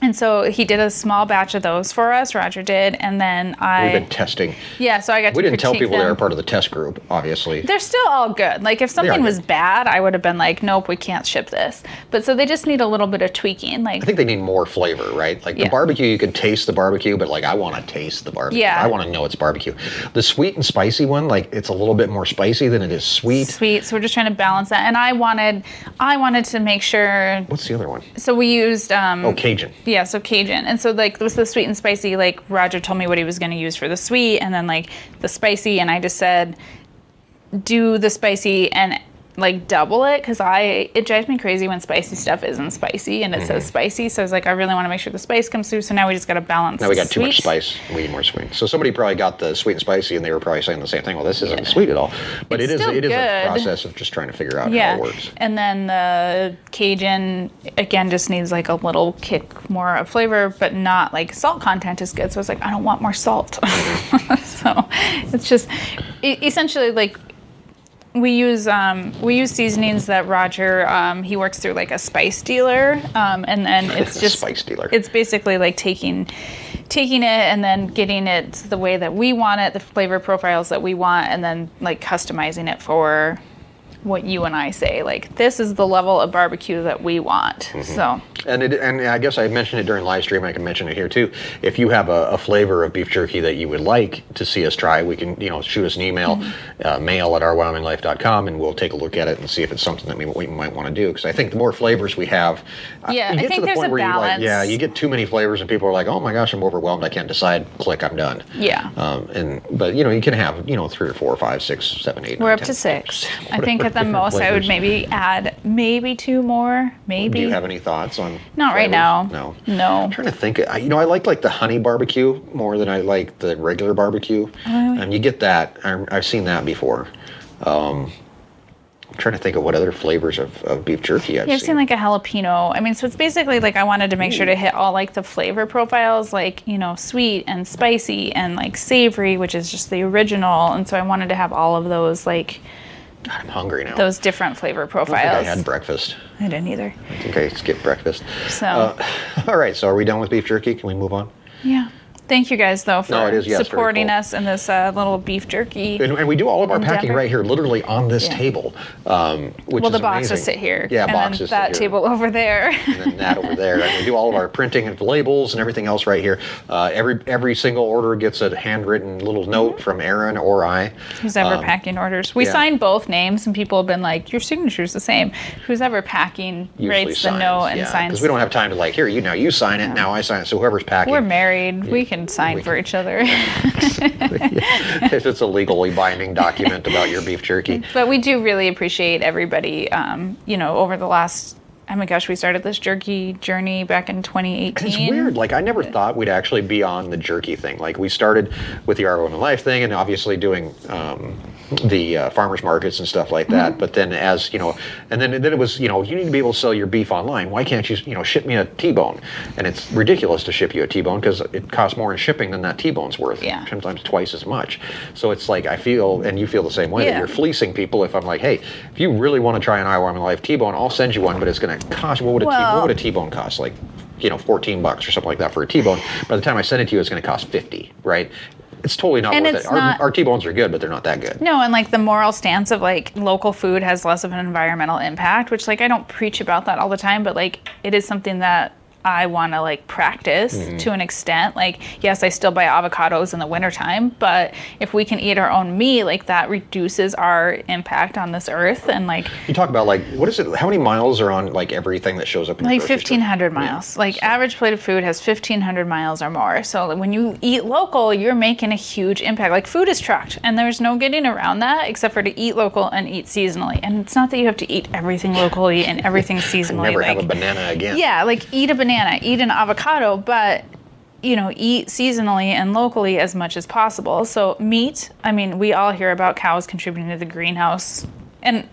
Speaker 2: And so he did a small batch of those for us. Roger did, and then I
Speaker 1: We've been testing.
Speaker 2: yeah. So I got
Speaker 1: We
Speaker 2: to
Speaker 1: didn't tell
Speaker 2: critique
Speaker 1: people they
Speaker 2: them.
Speaker 1: were part of the test group, obviously.
Speaker 2: They're still all good. Like if something
Speaker 1: good.
Speaker 2: was bad, I would have been like, nope, we can't ship this. But so they just need a little bit of tweaking. Like
Speaker 1: I think they need more flavor, right? Like
Speaker 2: Yeah.
Speaker 1: the barbecue, you can taste the barbecue, but like I want to taste the barbecue.
Speaker 2: Yeah.
Speaker 1: I want to know it's barbecue. The sweet and spicy one, like it's a little bit more spicy than it is sweet.
Speaker 2: sweet. So we're just trying to balance that. And I wanted, I wanted to make sure.
Speaker 1: What's the other one?
Speaker 2: So we used. Um,
Speaker 1: Oh, Cajun.
Speaker 2: Yeah, so Cajun. And so like with the sweet and spicy, like Roger told me what he was gonna use for the sweet and then like the spicy and I just said do the spicy and like double it because I it drives me crazy when spicy stuff isn't spicy and it says
Speaker 1: Mm-hmm.
Speaker 2: spicy. So I was like, I really want to make sure the spice comes through. So now we just gotta balance.
Speaker 1: Now we got too much
Speaker 2: sweet.
Speaker 1: spice. We need more sweet. So somebody probably got the sweet and spicy, and they were probably saying the same thing. Well, this isn't sweet at all. But
Speaker 2: It's
Speaker 1: it is
Speaker 2: still
Speaker 1: it is
Speaker 2: good.
Speaker 1: a process of just trying to figure out
Speaker 2: Yeah,
Speaker 1: how it works.
Speaker 2: and then the Cajun again just needs like a little kick more of flavor, but not like salt content is good. So it's like I don't want more salt. so it's just e- essentially like we use um, we use seasonings that Roger um, he works through like a spice dealer, um, and then it's just
Speaker 1: Spice dealer.
Speaker 2: It's basically like taking taking it and then getting it the way that we want it, the flavor profiles that we want, and then like customizing it for what you and I say. Like this is the level of barbecue that we want.
Speaker 1: Mm-hmm.
Speaker 2: So
Speaker 1: And it, and I guess I mentioned it during live stream. I can mention it here too. If you have a, a flavor of beef jerky that you would like to see us try, we can you know shoot us an email,
Speaker 2: Mm-hmm.
Speaker 1: uh, mail at ourwyominglife.com, and we'll take a look at it and see if it's something that we, we might want to do. Because I think the more flavors we have, I-
Speaker 2: Yeah,
Speaker 1: you
Speaker 2: I
Speaker 1: get
Speaker 2: think
Speaker 1: to the
Speaker 2: there's
Speaker 1: point
Speaker 2: a
Speaker 1: where you like,
Speaker 2: balance.
Speaker 1: yeah, you get too many flavors and people are like, oh my gosh, I'm overwhelmed. I can't decide. Click, I'm done.
Speaker 2: Yeah.
Speaker 1: Um, and but you know you can have you know three or four, five, six, seven, eight.
Speaker 2: we're
Speaker 1: nine,
Speaker 2: up
Speaker 1: 10,
Speaker 2: to six. I
Speaker 1: whatever
Speaker 2: think at the
Speaker 1: different
Speaker 2: most I would
Speaker 1: flavors.
Speaker 2: maybe add maybe two more, maybe.
Speaker 1: Do you have any thoughts on?
Speaker 2: Not right
Speaker 1: flavors?
Speaker 2: now.
Speaker 1: No.
Speaker 2: No.
Speaker 1: I'm trying to think. I, you know, I like like the honey barbecue more than I like the regular barbecue.
Speaker 2: Oh,
Speaker 1: And you get that. I, I've seen that before. Um, I'm trying to think of what other flavors of, of beef jerky I've
Speaker 2: Yeah, I've seen like a jalapeno. I mean, so it's basically like I wanted to make sure to hit all like the flavor profiles, like, you know, sweet and spicy and like savory, which is just the original. And so I wanted to have all of those like
Speaker 1: I'm hungry now.
Speaker 2: those different flavor
Speaker 1: I think I
Speaker 2: profiles.
Speaker 1: had breakfast.
Speaker 2: I didn't either.
Speaker 1: I think I skipped breakfast.
Speaker 2: So
Speaker 1: Uh, all right. So are we done with beef jerky? Can we move on?
Speaker 2: yeah. Thank you guys though for
Speaker 1: No, it is, yes, very
Speaker 2: supporting
Speaker 1: cool.
Speaker 2: us in this uh, little beef jerky.
Speaker 1: And, and we do all of our packing
Speaker 2: Endeavor?
Speaker 1: right here, literally on this
Speaker 2: Yeah.
Speaker 1: table. Um, which
Speaker 2: well, the
Speaker 1: is
Speaker 2: boxes
Speaker 1: amazing.
Speaker 2: sit here.
Speaker 1: Yeah,
Speaker 2: and
Speaker 1: boxes. sit
Speaker 2: then that
Speaker 1: here.
Speaker 2: table over there.
Speaker 1: and then that over there. And we do all of our printing and labels and everything else right here. Uh, every every single order gets a handwritten little
Speaker 2: Mm-hmm.
Speaker 1: note from Aaron or I.
Speaker 2: Who's ever packing orders? We
Speaker 1: Um, yeah.
Speaker 2: sign both names, and people have been like, "Your signature's the same." Who's ever packing
Speaker 1: usually
Speaker 2: writes the
Speaker 1: signs,
Speaker 2: note and
Speaker 1: yeah,
Speaker 2: signs.
Speaker 1: because we don't have time to like here you now you sign it now I sign it. So whoever's packing,
Speaker 2: We're married. We can sign
Speaker 1: we
Speaker 2: for each other.
Speaker 1: if it's a legally binding document about your beef jerky.
Speaker 2: but we do really appreciate everybody. Um, you know, over the last. Oh my gosh, we started this jerky journey back in 2018.
Speaker 1: It's weird. Like I never thought we'd actually be on the jerky thing. Like we started with the Our Woman Life thing, and obviously doing um, the uh, farmers markets and stuff like
Speaker 2: Mm-hmm.
Speaker 1: that. But then, as you know, and then then it was you know you need to be able to sell your beef online. Why can't you you know ship me a T-bone? And it's ridiculous to ship you a T-bone because it costs more in shipping than that T-bone's worth.
Speaker 2: Yeah.
Speaker 1: Sometimes twice as much. So it's like I feel, and you feel the same way. That
Speaker 2: Yeah.
Speaker 1: you're fleecing people if I'm like, hey, if you really want to try an Our Woman Life T-bone, I'll send you one, but it's going to cost. What would a T-
Speaker 2: Well-
Speaker 1: what would a T-bone cost? Like, you know, 14 bucks or something like that for a T-bone. By the time I send it to you, it's going to cost 50, right? It's totally not
Speaker 2: And
Speaker 1: worth
Speaker 2: it's
Speaker 1: it. Our,
Speaker 2: not-
Speaker 1: our T-bones are good, but they're not that good.
Speaker 2: No, and like the moral stance of like local food has less of an environmental impact, which like I don't preach about that all the time, but like it is something that I want to like practice
Speaker 1: Mm-hmm.
Speaker 2: to an extent. Like, yes, I still buy avocados in the wintertime, but if we can eat our own meat, like that reduces our impact on this earth and like
Speaker 1: You talk about like, what is it? How many miles are on like everything that shows up in your
Speaker 2: like
Speaker 1: grocery store?
Speaker 2: 1500 miles like average plate of food has 1500 miles or more so when you eat local you're making a huge impact like food is tracked and there's no getting around that except for to eat local and eat seasonally and it's not that you have to eat everything locally and everything seasonally
Speaker 1: Never
Speaker 2: like,
Speaker 1: have a banana again.
Speaker 2: yeah like eat a banana eat an avocado but you know eat seasonally and locally as much as possible so meat i mean we all hear about cows contributing to the greenhouse and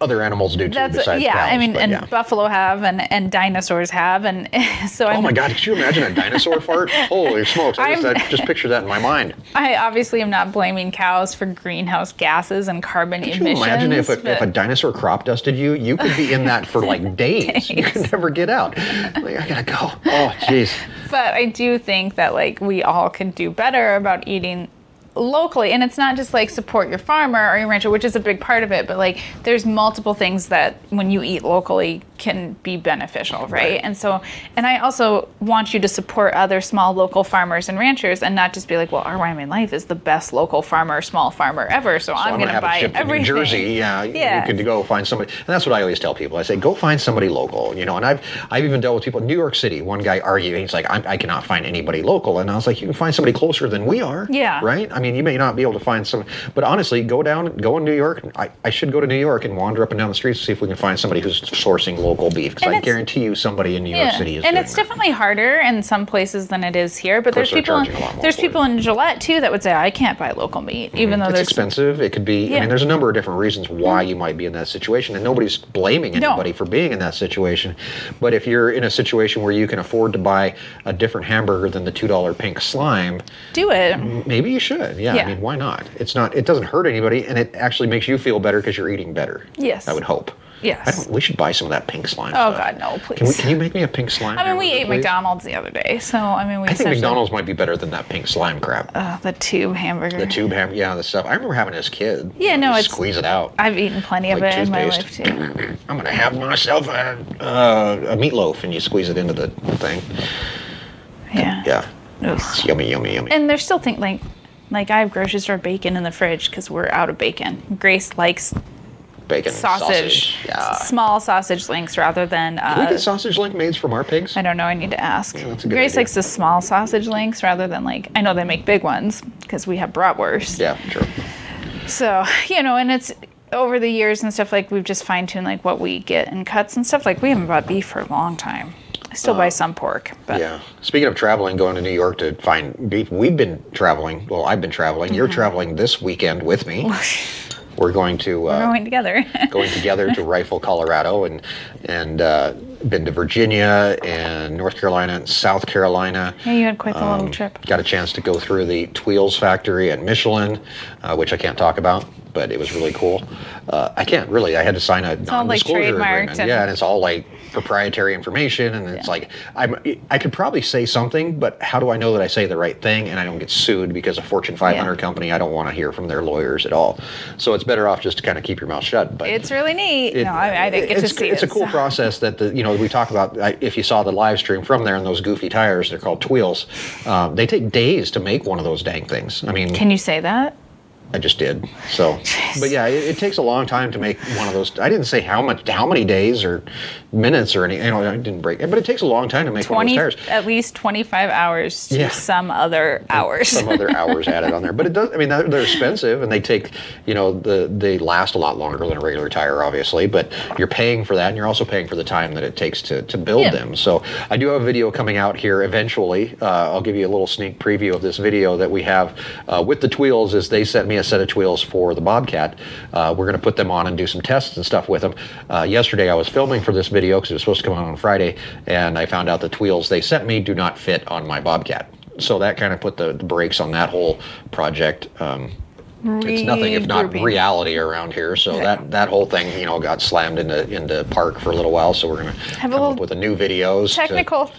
Speaker 1: Other animals do too,
Speaker 2: That's
Speaker 1: besides
Speaker 2: yeah.
Speaker 1: cows,
Speaker 2: I mean,
Speaker 1: but
Speaker 2: and
Speaker 1: yeah.
Speaker 2: buffalo have, and and dinosaurs have, and so
Speaker 1: Oh
Speaker 2: I'm,
Speaker 1: my God! Could you imagine a dinosaur fart? Holy smokes! I just,
Speaker 2: I'm-
Speaker 1: I just picture that in my mind.
Speaker 2: I obviously am not blaming cows for greenhouse gases and carbon
Speaker 1: Could you
Speaker 2: emissions.
Speaker 1: imagine if a, if a
Speaker 2: but-
Speaker 1: dinosaur crop dusted you? You could be in that for like days. You could never get out. Like, I gotta go. Oh, jeez.
Speaker 2: but I do think that like we all could do better about eating locally and it's not just like support your farmer or your rancher which is a big part of it but like there's multiple things that when you eat locally can be beneficial right,
Speaker 1: Right.
Speaker 2: and so and i also want you to support other small local farmers and ranchers and not just be like well our wyoming life is the best local farmer small farmer ever so, i'm,
Speaker 1: I'm
Speaker 2: going
Speaker 1: gonna
Speaker 2: to
Speaker 1: have
Speaker 2: buy
Speaker 1: it shipped to
Speaker 2: everything
Speaker 1: New Jersey. Yeah,
Speaker 2: Yeah.
Speaker 1: you could go find somebody, and that's what I always tell people. I say, go find somebody local. You know, and I've I've even dealt with people in New York City. One guy argued, he's like, I, I cannot find anybody local, and I was like, you can find somebody closer than we are.
Speaker 2: Yeah.
Speaker 1: right. I mean, you may not be able to find some, but honestly, go down, go in New York. I, I should go to New York and wander up and down the streets to see if we can find somebody who's sourcing local beef, because
Speaker 2: And
Speaker 1: I
Speaker 2: it's-
Speaker 1: guarantee you, somebody in New York City is.
Speaker 2: and
Speaker 1: doing
Speaker 2: it's
Speaker 1: that.
Speaker 2: definitely harder in some places than it is here. But there's
Speaker 1: course, they're
Speaker 2: people
Speaker 1: charging a lot more
Speaker 2: there's
Speaker 1: for it. Mm-hmm.
Speaker 2: people in Gillette too that would say I can't buy local meat, even though
Speaker 1: It's
Speaker 2: there's
Speaker 1: expensive. It could be. I
Speaker 2: Yeah.
Speaker 1: mean, there's a number of different reasons why you might be in that situation, and nobody's blaming
Speaker 2: No.
Speaker 1: anybody for being in that situation. But if you're in a situation where you can afford to buy a different hamburger than the two dollar pink slime,
Speaker 2: do it.
Speaker 1: maybe you should. Yeah, I
Speaker 2: Yeah.
Speaker 1: mean, why not? It's not. It doesn't hurt anybody, and it actually makes you feel better because you're eating better.
Speaker 2: Yes.
Speaker 1: I would hope.
Speaker 2: Yes.
Speaker 1: I don't, we should buy some of that pink slime.
Speaker 2: Oh,
Speaker 1: stuff.
Speaker 2: God, no,
Speaker 1: Can, we,
Speaker 2: please.
Speaker 1: can you make me a pink slime?
Speaker 2: I mean, we
Speaker 1: hamburger,
Speaker 2: ate
Speaker 1: please?
Speaker 2: McDonald's the other day, so I mean, we
Speaker 1: I think
Speaker 2: essentially-
Speaker 1: McDonald's might be better than that pink slime crap.
Speaker 2: Ugh, the tube hamburger.
Speaker 1: the tube ham, yeah, the stuff. I remember having it as a kid.
Speaker 2: Yeah, no,
Speaker 1: Just
Speaker 2: it's-
Speaker 1: squeeze it out.
Speaker 2: I've eaten plenty of
Speaker 1: Like
Speaker 2: it in my life
Speaker 1: toothpaste. Mm-hmm.
Speaker 2: too.
Speaker 1: I'm gonna have myself a, uh, a meatloaf, and you squeeze it into the thing.
Speaker 2: Yeah.
Speaker 1: Yeah,
Speaker 2: Ugh.
Speaker 1: it's yummy, yummy, yummy.
Speaker 2: And there's still things like like I have grocery store bacon in the fridge because we're out of bacon. Grace likes
Speaker 1: Bacon,
Speaker 2: sausage,
Speaker 1: Yeah.
Speaker 2: s- small sausage links rather than uh,
Speaker 1: Can we get sausage link made from our pigs?
Speaker 2: I don't know. I need to ask.
Speaker 1: that's a good
Speaker 2: Grace
Speaker 1: idea.
Speaker 2: likes the small sausage links rather than like I know they make big ones because we have bratwurst.
Speaker 1: Yeah, sure.
Speaker 2: So you know, and it's over the years and stuff like we've just fine tuned like what we get and cuts and stuff. Like we haven't bought beef for a long time. I still buy some pork, but
Speaker 1: Yeah. Speaking of traveling, going to New York to find beef, we've been traveling. Well, I've been traveling. You're
Speaker 2: Mm-hmm.
Speaker 1: traveling this weekend with me. We're going to uh,
Speaker 2: we're going together.
Speaker 1: going together to Rifle, Colorado, and and uh, been to Virginia and North Carolina and South Carolina.
Speaker 2: yeah, you had quite the little
Speaker 1: Um,
Speaker 2: trip.
Speaker 1: Got a chance to go through the Tweels factory at Michelin, uh, which I can't talk about, but it was really cool. Uh, I can't really. I had to sign a
Speaker 2: all, like,
Speaker 1: non-disclosure
Speaker 2: trademarked
Speaker 1: agreement.
Speaker 2: and-
Speaker 1: yeah, and it's all like proprietary information, and it's like I'm, I could probably say something, but how do I know that I say the right thing and I don't get sued because a Fortune 500
Speaker 2: Yeah.
Speaker 1: company? I don't want to hear from their lawyers at all. So it's better off just to kind of keep your mouth shut. But
Speaker 2: It's really neat.
Speaker 1: it-
Speaker 2: no, I, I didn't get to
Speaker 1: it's,
Speaker 2: see
Speaker 1: it's
Speaker 2: it.
Speaker 1: a cool
Speaker 2: so-
Speaker 1: process that the you know we talk about. I- If you saw the live stream from there and those goofy tires, they're called Tweels. Um, they take days to make one of those dang things. I mean,
Speaker 2: Can you say that?
Speaker 1: I just did. So, but yeah, it, it takes a long time to make one of those. I didn't say how much, how many days or minutes or any. You know, I didn't break. But it takes a long time to make
Speaker 2: Twenty,
Speaker 1: one of those tires.
Speaker 2: at least twenty-five hours to
Speaker 1: Yeah.
Speaker 2: some other hours.
Speaker 1: some other hours added on there. But it does. I mean, they're, they're expensive, and they take. You know, the they last a lot longer than a regular tire, obviously. But you're paying for that, and you're also paying for the time that it takes to to build
Speaker 2: Yeah.
Speaker 1: them. So I do have a video coming out here eventually. Uh, I'll give you a little sneak preview of this video that we have uh, with the Tweels. Is they sent me a set of Tweels for the Bobcat. Uh, we're going to put them on and do some tests and stuff with them. Uh, yesterday I was filming for this video because it was supposed to come out on Friday, and I found out the Tweels they sent me do not fit on my Bobcat so that kind of put the, the brakes on that whole project. Um, it's nothing if not
Speaker 2: Regrouping.
Speaker 1: reality around here. So that that whole thing, you know, got slammed into into park for a little while. So we're gonna
Speaker 2: Have
Speaker 1: come
Speaker 2: a
Speaker 1: up
Speaker 2: little
Speaker 1: with a new videos. to-
Speaker 2: technical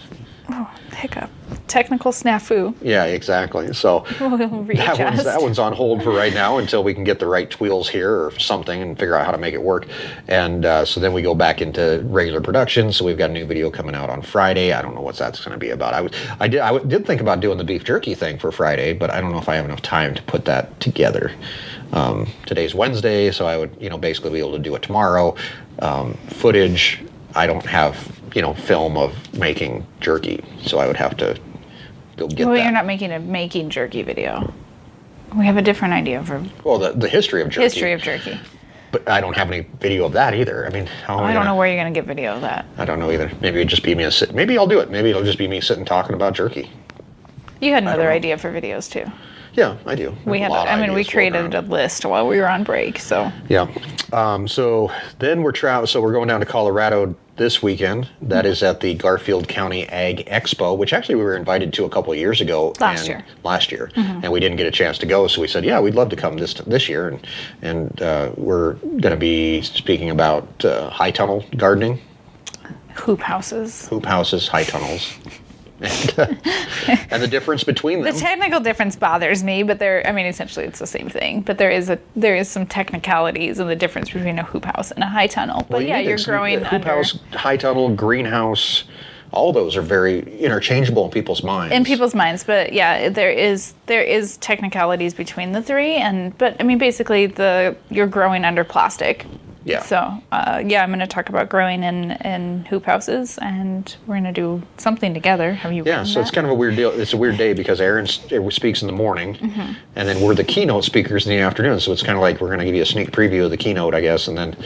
Speaker 2: oh, hiccup technical snafu
Speaker 1: yeah, exactly. So
Speaker 2: We'll
Speaker 1: that one's,
Speaker 2: readjust.
Speaker 1: that one's on hold for right now until we can get the right tweels here or something and figure out how to make it work. And uh, so then we go back into regular production. So we've got a new video coming out on Friday. I don't know what that's going to be about. I was- I did I w- did think about doing the beef jerky thing for Friday, but I don't know if I have enough time to put that together. Um, today's Wednesday, so I would you know basically be able to do it tomorrow. Um, footage. I don't have you know film of making jerky, so I would have to go get
Speaker 2: well
Speaker 1: that.
Speaker 2: you're not making a making jerky video we have a different idea for
Speaker 1: Well, the, the history of jerky.
Speaker 2: history of jerky
Speaker 1: But I don't have any video of that either. I mean, how am
Speaker 2: i don't
Speaker 1: gonna-
Speaker 2: know where you're going to get video of that
Speaker 1: I don't know either. Maybe it'd just be me a sit. Maybe I'll do it. Maybe it'll just be me sitting talking about jerky.
Speaker 2: you had
Speaker 1: know.
Speaker 2: another idea for videos too
Speaker 1: Yeah, I do.
Speaker 2: We
Speaker 1: have
Speaker 2: had,
Speaker 1: a lot of
Speaker 2: I mean, we
Speaker 1: ideas floating around.
Speaker 2: created a list while we were on break. So
Speaker 1: Yeah. Um, so then we're tra- so we're going down to Colorado this weekend.
Speaker 2: Hmm.
Speaker 1: That is at the Garfield County Ag Expo, which actually we were invited to a couple of years ago.
Speaker 2: Last
Speaker 1: and-
Speaker 2: year. Mm-hmm.
Speaker 1: Last year, and we didn't get a chance to go, so we said, yeah, we'd love to come this this year, and and uh, we're going to be speaking about uh, high tunnel gardening,
Speaker 2: hoop houses.
Speaker 1: hoop houses, high tunnels, and, uh, and the difference between
Speaker 2: The
Speaker 1: them.
Speaker 2: technical difference bothers me, but there, I mean, essentially it's the same thing. But there is a there is some technicalities in the difference between a hoop house and a high tunnel. But
Speaker 1: Well, you
Speaker 2: yeah,
Speaker 1: need
Speaker 2: you're
Speaker 1: ex-
Speaker 2: growing
Speaker 1: hoop
Speaker 2: under.
Speaker 1: house, high tunnel, greenhouse. All those are very interchangeable in people's minds.
Speaker 2: in people's minds but yeah there is there is technicalities between the three and but i mean basically the you're growing under plastic
Speaker 1: Yeah.
Speaker 2: so uh, yeah i'm going to talk about growing in in hoop houses and we're going to do something together have you
Speaker 1: Yeah,
Speaker 2: written
Speaker 1: so it's
Speaker 2: that?
Speaker 1: kind of a weird deal. It's a weird day because Aaron s- it speaks in the morning,
Speaker 2: Mm-hmm.
Speaker 1: and then we're the keynote speakers in the afternoon. So it's kind of like we're going to give you a sneak preview of the keynote, I guess, and then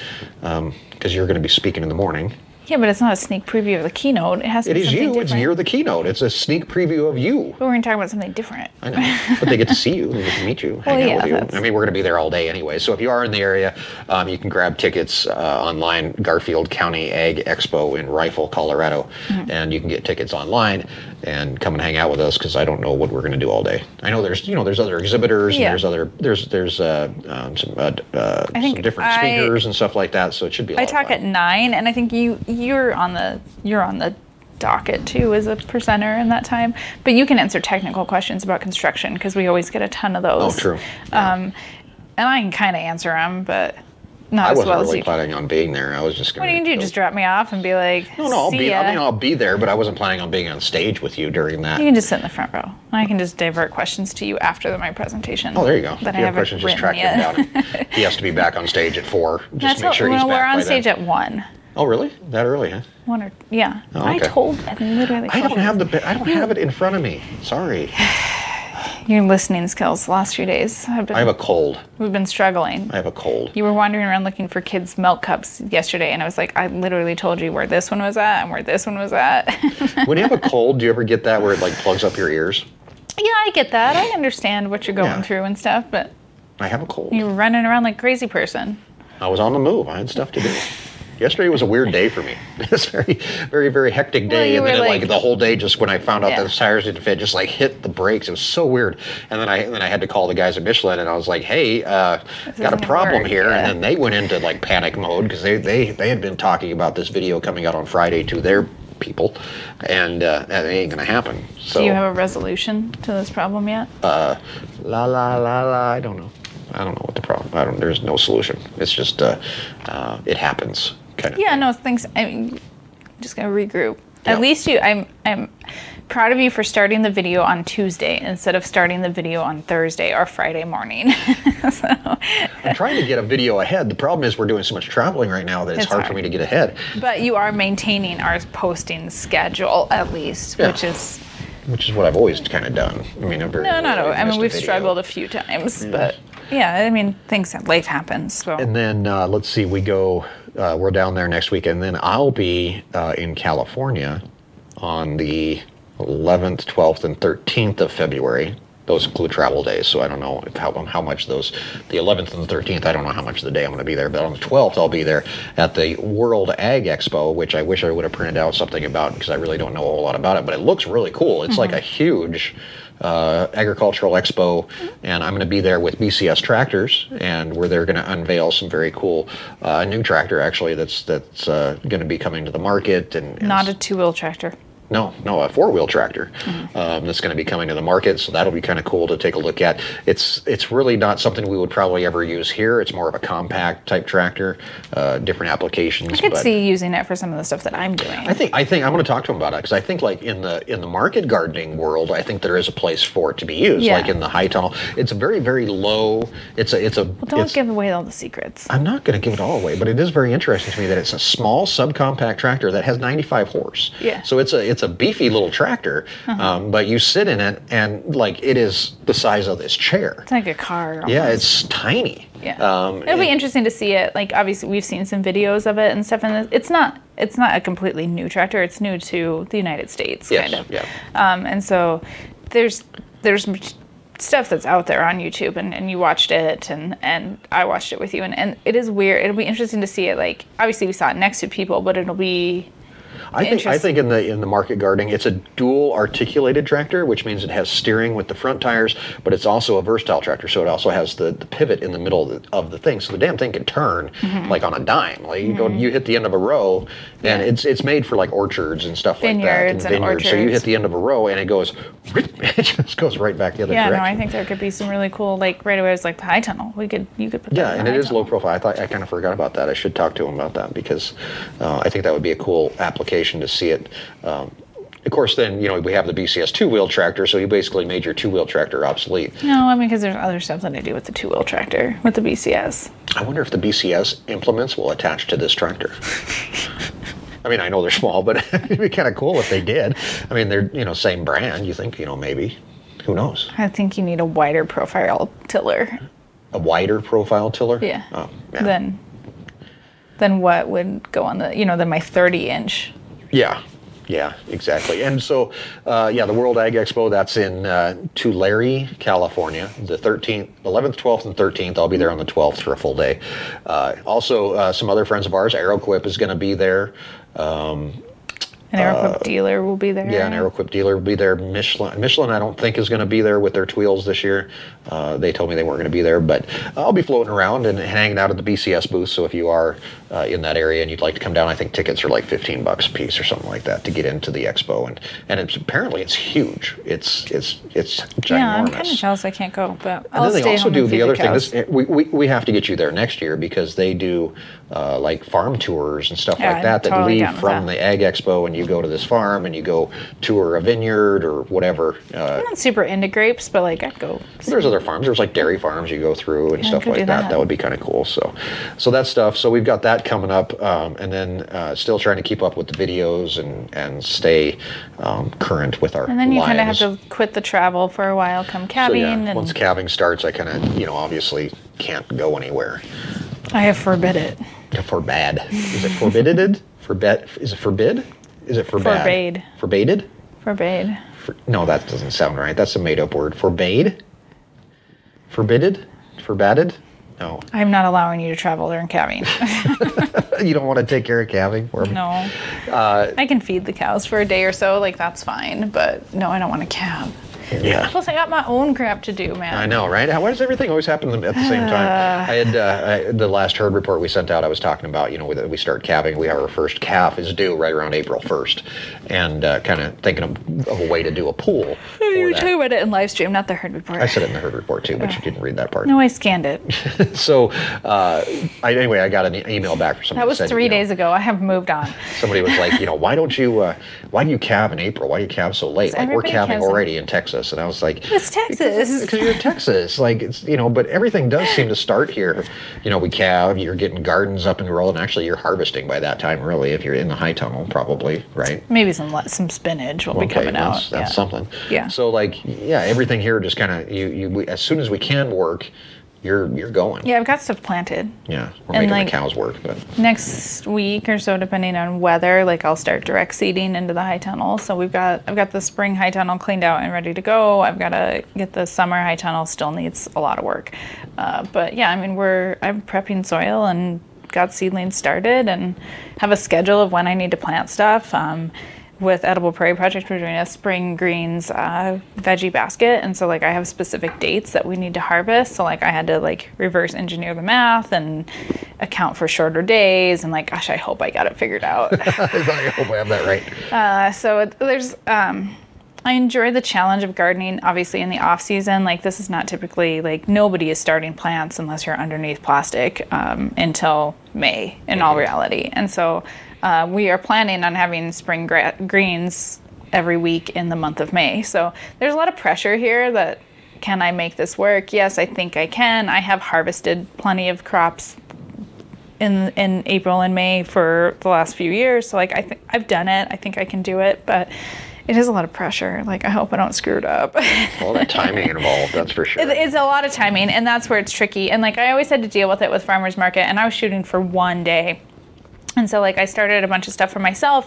Speaker 1: because you're going to be speaking in the morning,
Speaker 2: yeah but it's not a sneak preview of the keynote it has to
Speaker 1: it
Speaker 2: be
Speaker 1: is
Speaker 2: something
Speaker 1: you.
Speaker 2: different
Speaker 1: It's you're the keynote. It's a sneak preview of you.
Speaker 2: but we're going to talk about something different
Speaker 1: I know, but they get to see you, they get to meet you, hang
Speaker 2: Well, yeah,
Speaker 1: out with
Speaker 2: that's-
Speaker 1: you. I mean, we're going to be there all day anyway. So if you are in the area, um, you can grab tickets uh, online, Garfield County Ag Expo in Rifle, Colorado,
Speaker 2: Mm-hmm.
Speaker 1: and you can get tickets online and come and hang out with us because I don't know what we're going to do all day. I know there's you know there's other exhibitors
Speaker 2: Yeah.
Speaker 1: and there's other there's there's uh, um, some uh, d- uh,
Speaker 2: I think
Speaker 1: some different
Speaker 2: I-
Speaker 1: speakers and stuff like that. So it should be. I
Speaker 2: i talk at nine and i think you you're on the you're on the docket too as a presenter in that time but you can answer technical questions about construction because we always get a ton of
Speaker 1: Oh,
Speaker 2: those
Speaker 1: true.
Speaker 2: Um, and I can kind of answer them, but not
Speaker 1: I
Speaker 2: as
Speaker 1: wasn't
Speaker 2: well as
Speaker 1: really
Speaker 2: you.
Speaker 1: planning on being there. I was just
Speaker 2: What
Speaker 1: going
Speaker 2: do you do? Just drop me off and be like,
Speaker 1: No, no, I'll
Speaker 2: "See
Speaker 1: be.
Speaker 2: ya."
Speaker 1: I mean, I'll be there, but I wasn't planning on being on stage with you during that.
Speaker 2: you can just sit in the front row. And I can just divert questions to you after my presentation.
Speaker 1: Oh, there you go.
Speaker 2: That
Speaker 1: If
Speaker 2: I
Speaker 1: you have
Speaker 2: haven't
Speaker 1: questions, just track
Speaker 2: written yet.
Speaker 1: him down. he has to be back on stage at four. Just
Speaker 2: That's
Speaker 1: make
Speaker 2: what,
Speaker 1: sure he's
Speaker 2: well,
Speaker 1: back
Speaker 2: we're on
Speaker 1: by
Speaker 2: stage
Speaker 1: then.
Speaker 2: at one.
Speaker 1: Oh, really? That early, huh?
Speaker 2: One or yeah.
Speaker 1: Oh,
Speaker 2: I
Speaker 1: okay.
Speaker 2: told them literally.
Speaker 1: I don't
Speaker 2: told
Speaker 1: have the.
Speaker 2: them.
Speaker 1: ba- I don't have it in front of me. Sorry,
Speaker 2: your listening skills the last few days. Have been,
Speaker 1: I have a cold.
Speaker 2: we've been struggling.
Speaker 1: I have a cold.
Speaker 2: you were wandering around looking for kids' milk cups yesterday, and I was like, I literally told you where this one was at and where this one was at.
Speaker 1: when you have a cold, do you ever get that where it like plugs up your ears?
Speaker 2: Yeah, I get that. I understand what you're going
Speaker 1: Yeah.
Speaker 2: through and stuff, but
Speaker 1: I have a cold.
Speaker 2: you're running around like a crazy person.
Speaker 1: I was on the move. I had stuff to do. Yesterday was a weird day for me. It's very, very, very hectic day,
Speaker 2: you
Speaker 1: and then
Speaker 2: were
Speaker 1: it, like,
Speaker 2: like-
Speaker 1: the whole day, just when I found out
Speaker 2: Yeah.
Speaker 1: that the tires didn't fit, just like hit the brakes. It was so weird. And then I, and then I had to call the guys at Michelin, and I was like, "Hey, uh, got a
Speaker 2: isn't
Speaker 1: problem
Speaker 2: work,
Speaker 1: here."
Speaker 2: yeah.
Speaker 1: And then they went into like panic mode because they, they, they had been talking about this video coming out on Friday to their people, and uh, that ain't gonna happen. So Uh,
Speaker 2: Do you have a resolution to this problem yet?
Speaker 1: la la la la. I don't know. I don't know what the problem. I don't. There's no solution. It's just uh, uh, it happens. Kind of.
Speaker 2: yeah, no, thanks. I mean, just gonna regroup.
Speaker 1: Yeah.
Speaker 2: At least you, I'm, I'm proud of you for starting the video on Tuesday instead of starting the video on Thursday or Friday morning. so,
Speaker 1: I'm trying to get a video ahead. The problem is we're doing so much traveling right now that it's,
Speaker 2: It's
Speaker 1: hard, for
Speaker 2: hard.
Speaker 1: me to get ahead,
Speaker 2: but you are maintaining our posting schedule at least,
Speaker 1: Yeah.
Speaker 2: which is
Speaker 1: which is what I've always kind of done. I mean, I'm very
Speaker 2: no, no, no.
Speaker 1: rarely
Speaker 2: I mean,
Speaker 1: missed a
Speaker 2: we've
Speaker 1: video.
Speaker 2: struggled a few times, but yeah, I mean, things life happens. So.
Speaker 1: And then uh, let's see, we go. Uh, we're down there next week, and then I'll be uh, in California on the 11th, 12th, and 13th of February. Those include travel days, so I don't know if how, how much those. The 11th and the 13th, I don't know how much of the day I'm going to be there, but on the 12th, I'll be there at the World Ag Expo, which I wish I would have printed out something about because I really don't know a whole lot about it, but it looks really cool. It's like a huge uh, agricultural expo, and I'm going to be there with BCS tractors, and where they're going to unveil some very cool uh, new tractor actually that's that's uh, going to be coming to the market and, and
Speaker 2: Not a two-wheel tractor.
Speaker 1: no, no, a four-wheel tractor
Speaker 2: Mm-hmm.
Speaker 1: um, that's going to be coming to the market. So that'll be kind of cool to take a look at. It's it's really not something we would probably ever use here. It's more of a compact type tractor, uh, different applications.
Speaker 2: I could
Speaker 1: but
Speaker 2: see using it for some of the stuff that I'm doing.
Speaker 1: I think I think I'm going to talk to him about it because I think like in the in the market gardening world, I think there is a place for it to be used.
Speaker 2: Yeah.
Speaker 1: Like in the high tunnel, it's a very very low. It's a it's a. Well,
Speaker 2: Don't give away all the secrets.
Speaker 1: I'm not going to give it all away, but it is very interesting to me that it's a small subcompact tractor that has 95 horse.
Speaker 2: Yeah. Uh-huh.
Speaker 1: So it's a it's a beefy little tractor, um, but you sit in it and like it is the size of this chair.
Speaker 2: It's like a car.
Speaker 1: Yeah,
Speaker 2: almost.
Speaker 1: it's tiny.
Speaker 2: yeah.
Speaker 1: Um,
Speaker 2: It'll be
Speaker 1: it-
Speaker 2: interesting to see it. Like obviously, we've seen some videos of it and stuff, and it's not it's not a completely new tractor. It's new to the United States,
Speaker 1: Yes,
Speaker 2: kind of.
Speaker 1: yeah.
Speaker 2: Um, and so there's there's stuff that's out there on YouTube and, and you watched it and, and I watched it with you and, and it is weird. It'll be interesting to see it like obviously we saw it next to people, but it'll be
Speaker 1: I think I
Speaker 2: Interesting.
Speaker 1: think in the in the market gardening, it's a dual articulated tractor, which means it has steering with the front tires, but it's also a versatile tractor, so it also has the, the pivot in the middle of the, of the thing, so the damn thing can turn
Speaker 2: Mm-hmm.
Speaker 1: like on a dime. Like you go, you hit the end of a row, and it's it's made for like orchards and stuff
Speaker 2: Vineyards
Speaker 1: like that,
Speaker 2: and
Speaker 1: So you hit
Speaker 2: orchards.
Speaker 1: the end of a row, and it goes, it just goes right back the other
Speaker 2: Yeah,
Speaker 1: direction.
Speaker 2: no, I think there could be some really cool like right away it was like the high tunnel. We could you could put that
Speaker 1: Yeah,
Speaker 2: in
Speaker 1: and
Speaker 2: the
Speaker 1: it
Speaker 2: high
Speaker 1: is
Speaker 2: tunnel.
Speaker 1: low profile. I thought I kind of forgot about that. I should talk to him about that because uh, I think that would be a cool application to see it. Um, of course, then you know we have the BCS two-wheel tractor, so you basically made your two-wheel tractor obsolete.
Speaker 2: No, I mean because there's other stuff that I do with the two wheel tractor with the BCS.
Speaker 1: I wonder if the BCS implements will attach to this tractor. I mean, I know they're small, but it'd be kind of cool if they did. I mean, they're you know same brand. You think you know maybe, who knows?
Speaker 2: I think you need a wider profile tiller.
Speaker 1: A wider profile tiller.
Speaker 2: Yeah.
Speaker 1: Oh,
Speaker 2: Than than what would go on the you know than my 30 inch.
Speaker 1: Yeah, yeah, exactly. And so, uh, yeah, the World Ag Expo that's in uh, Tulare, California, the 13th, 11th, 12th, and 13th. I'll be there on the 12th for a full day. Uh, also, uh, some other friends of ours, AeroQuip is going to be there. Um,
Speaker 2: An Aeroquip dealer will be there.
Speaker 1: Uh, yeah, an AeroQuip dealer will be there. Michelin, Michelin, I don't think is going to be there with their twheels this year. Uh, they told me they weren't going to be there, but I'll be floating around and hanging out at the BCS booth. So if you are uh, in that area and you'd like to come down, I think tickets are like fifteen bucks a piece or something like that to get into the expo. And and it's apparently it's huge. It's it's it's ginormous.
Speaker 2: Yeah, I'm kind of jealous I can't go, but I'll
Speaker 1: and then
Speaker 2: stay
Speaker 1: they also
Speaker 2: home
Speaker 1: do
Speaker 2: and feed
Speaker 1: the other thing.
Speaker 2: cows.
Speaker 1: This, we, we, we have to get you there next year because they do uh, like farm tours and stuff
Speaker 2: Yeah,
Speaker 1: like
Speaker 2: I'm
Speaker 1: that that
Speaker 2: totally down
Speaker 1: leave
Speaker 2: with
Speaker 1: from
Speaker 2: that.
Speaker 1: the Ag Expo and you go to this farm and you go tour a vineyard or whatever. Uh,
Speaker 2: I'm not super into grapes, but like I'd go.
Speaker 1: there's other farms. There's like dairy farms you go through and
Speaker 2: I
Speaker 1: stuff
Speaker 2: could
Speaker 1: like
Speaker 2: do
Speaker 1: that. that.
Speaker 2: that.
Speaker 1: would be kind of cool. So, so that stuff. So we've got that coming up, um, and then uh, still trying to keep up with the videos and and stay um, current with our.
Speaker 2: And then you kind of have
Speaker 1: lives.
Speaker 2: to quit the travel for a while, come
Speaker 1: So,
Speaker 2: calving,
Speaker 1: yeah,
Speaker 2: and
Speaker 1: once calving starts, I kind of you know obviously can't go anywhere.
Speaker 2: I have forbid it.
Speaker 1: Forbade. Is it forbidded? Forbid? Is it forbid? Is it forbad?
Speaker 2: Forbade.
Speaker 1: Forbaded?
Speaker 2: Forbade.
Speaker 1: For, no, that doesn't sound right. That's a made-up word. Forbade. Forbidded. Forbadded. No,
Speaker 2: I'm not allowing you to travel during calving.
Speaker 1: you don't want to take care of calving for me.
Speaker 2: no.
Speaker 1: Uh,
Speaker 2: I can feed the cows for a day or so, like that's fine, but no, I don't want to calve.
Speaker 1: Yeah.
Speaker 2: Plus, I got my own crap to do, man.
Speaker 1: I know, right? How- Why does everything always happen at the same time? I had uh, I, the last herd report we sent out. I was talking about you know that we start calving. We our first calf is due right around April first, and uh, kind of thinking of, of a way to do a pool. for
Speaker 2: You were
Speaker 1: that.
Speaker 2: talking about it in live stream, not the herd report.
Speaker 1: I said it in the herd report too, but you didn't read that part.
Speaker 2: no, I scanned it.
Speaker 1: So, uh, I, anyway, I got an e- email back from somebody.
Speaker 2: That was
Speaker 1: said,
Speaker 2: three
Speaker 1: you know,
Speaker 2: days ago. I have moved on.
Speaker 1: Somebody was like, you know, why don't you, uh, why do you calve in April? Why do you calve so late? Like we're
Speaker 2: everybody
Speaker 1: calving
Speaker 2: calves in-
Speaker 1: already in Texas, and I was like,
Speaker 2: It's Texas.
Speaker 1: because you're in Texas, like it's you know, but everything does seem to start here. You know, we calve. You're getting gardens up and rolling. Actually, you're harvesting by that time, really, if you're in the high tunnel, probably, right?
Speaker 2: Maybe some le- some spinach will be
Speaker 1: Okay,
Speaker 2: coming
Speaker 1: that's,
Speaker 2: out.
Speaker 1: That's
Speaker 2: yeah.
Speaker 1: something.
Speaker 2: Yeah.
Speaker 1: So like, yeah, everything here just kind of you you we, as soon as we can work, you're you're going.
Speaker 2: Yeah, I've got stuff planted.
Speaker 1: Yeah, we're making
Speaker 2: And, like-
Speaker 1: the cows work, but
Speaker 2: Next week or so, depending on weather, like I'll start direct seeding into the high tunnel. So we've got I've got the spring high tunnel cleaned out and ready to go. I've got to get the summer high tunnel. Still needs a lot of work, uh, but yeah, I mean we're I'm prepping soil and got seedlings started and have a schedule of when I need to plant stuff. Um, with Edible Prairie Project, we're doing a spring greens uh, veggie basket, and so like I have specific dates that we need to harvest. So like I had to like reverse engineer the math and account for shorter days, and like gosh, I hope I got it figured out.
Speaker 1: I hope I have that right.
Speaker 2: uh, so it, there's um, I enjoy the challenge of gardening. Obviously, in the off season, like this is not typically like nobody is starting plants unless you're underneath plastic um, until May, in all reality. And so uh, we are planning on having spring gra- greens every week in the month of May. So there's a lot of pressure here that can I make this work? Yes, I think I can. I have harvested plenty of crops in in April and May for the last few years. So like I think I've done it. I think I can do it, but it is a lot of pressure. Like I hope I don't screw it up. It-
Speaker 1: All that timing involved, that's for sure.
Speaker 2: it's a lot of timing, and that's where it's tricky. And like I always had to deal with it with farmers market, and I was shooting for one day. And so like I started a bunch of stuff for myself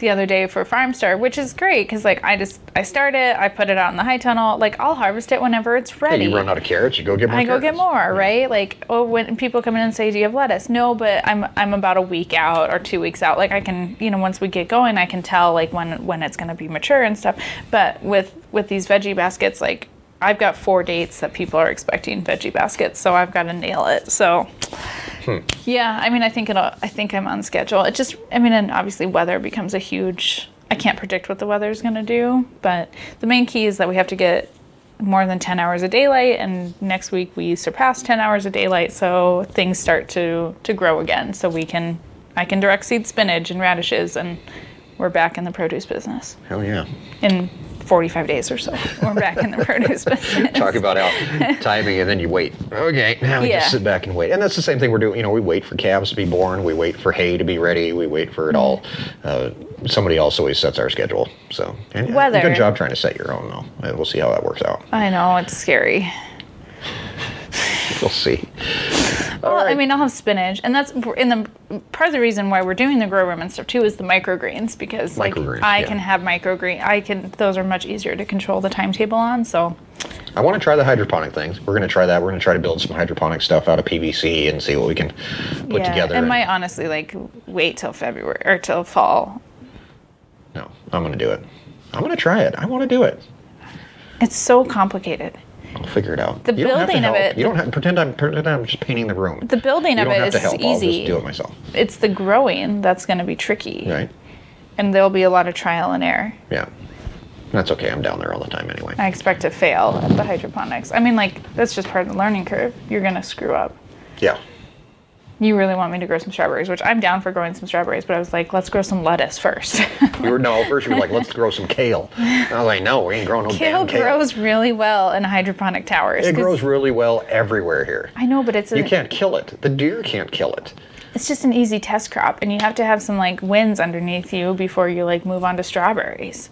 Speaker 2: the other day for Farmstar, which is great because like I just I start it, I put it out in the high tunnel, like I'll harvest it whenever it's
Speaker 1: Hey,
Speaker 2: ready.
Speaker 1: you run out of carrots, you go get more
Speaker 2: I go get
Speaker 1: carrots.
Speaker 2: more, right? Like, oh, when people come in and say, "Do you have lettuce?" No, but I'm I'm about a week out or two weeks out. Like, I can, you know, once we get going, I can tell like when when it's going to be mature and stuff. But with with these veggie baskets, like I've got four dates that people are expecting veggie baskets, so I've got to nail it. So.
Speaker 1: Hmm.
Speaker 2: Yeah, I mean, I think it'll. I think I'm on schedule. It just, I mean, and obviously weather becomes a huge. I can't predict what the weather is going to do, but the main key is that we have to get more than 10 hours of daylight and next week we surpass 10 hours of daylight so things start to to grow again so we can i can direct seed spinach and radishes and we're back in the produce business
Speaker 1: Hell yeah.
Speaker 2: in 45 days or so we're back in the produce business
Speaker 1: Talk about how timing and then you wait. Okay, now we
Speaker 2: Yeah.
Speaker 1: just sit back and wait. And that's the same thing we're doing. You know, we wait for calves to be born, we wait for hay to be ready, we wait for it all. Uh, somebody else always sets our schedule. So, and, uh,
Speaker 2: Weather.
Speaker 1: good job trying to set your own, though. Uh, We'll see how that works out.
Speaker 2: i know it's scary
Speaker 1: We'll see. All
Speaker 2: Well, I
Speaker 1: right.
Speaker 2: mean, I'll have spinach, and that's in the part of the reason why we're doing the grow room and stuff too is the microgreens because like
Speaker 1: Microgreens,
Speaker 2: I
Speaker 1: yeah.
Speaker 2: can have microgreen, I can those are much easier to control the timetable on. So
Speaker 1: I want to try the hydroponic things. We're going to try that. We're going to try to build some hydroponic stuff out of PVC and see what we can put
Speaker 2: yeah,
Speaker 1: together.
Speaker 2: it
Speaker 1: and-
Speaker 2: might honestly like wait till February or till fall.
Speaker 1: no, I'm going to do it. I'm going to try it. I want to do it.
Speaker 2: It's so complicated.
Speaker 1: I'll figure it out.
Speaker 2: The
Speaker 1: you don't have to
Speaker 2: building of
Speaker 1: help.
Speaker 2: it-
Speaker 1: You don't have pretend I'm pretend I'm just painting the room.
Speaker 2: The building
Speaker 1: you
Speaker 2: of
Speaker 1: don't have
Speaker 2: it
Speaker 1: to
Speaker 2: is
Speaker 1: help. I'll
Speaker 2: easy.
Speaker 1: just do it myself.
Speaker 2: It's the growing that's going to be tricky,
Speaker 1: Right?
Speaker 2: and there'll be a lot of trial and error.
Speaker 1: Yeah. That's okay. I'm down there all the time anyway.
Speaker 2: I expect to fail at the hydroponics. I mean, like that's just part of the learning curve. You're going to screw up.
Speaker 1: yeah.
Speaker 2: you really want me to grow some strawberries, which I'm down for growing some strawberries, but I was like, let's grow some lettuce first.
Speaker 1: You were no. at First, you were like, "Let's grow some kale." I was like, "No, we ain't growing no
Speaker 2: kale
Speaker 1: damn kale."
Speaker 2: grows really well in hydroponic towers.
Speaker 1: it
Speaker 2: 'cause-
Speaker 1: grows really well everywhere here.
Speaker 2: I know, but it's a,
Speaker 1: You can't kill it. The deer can't kill it.
Speaker 2: it's just an easy test crop, and you have to have some like wins underneath you before you like move on to strawberries,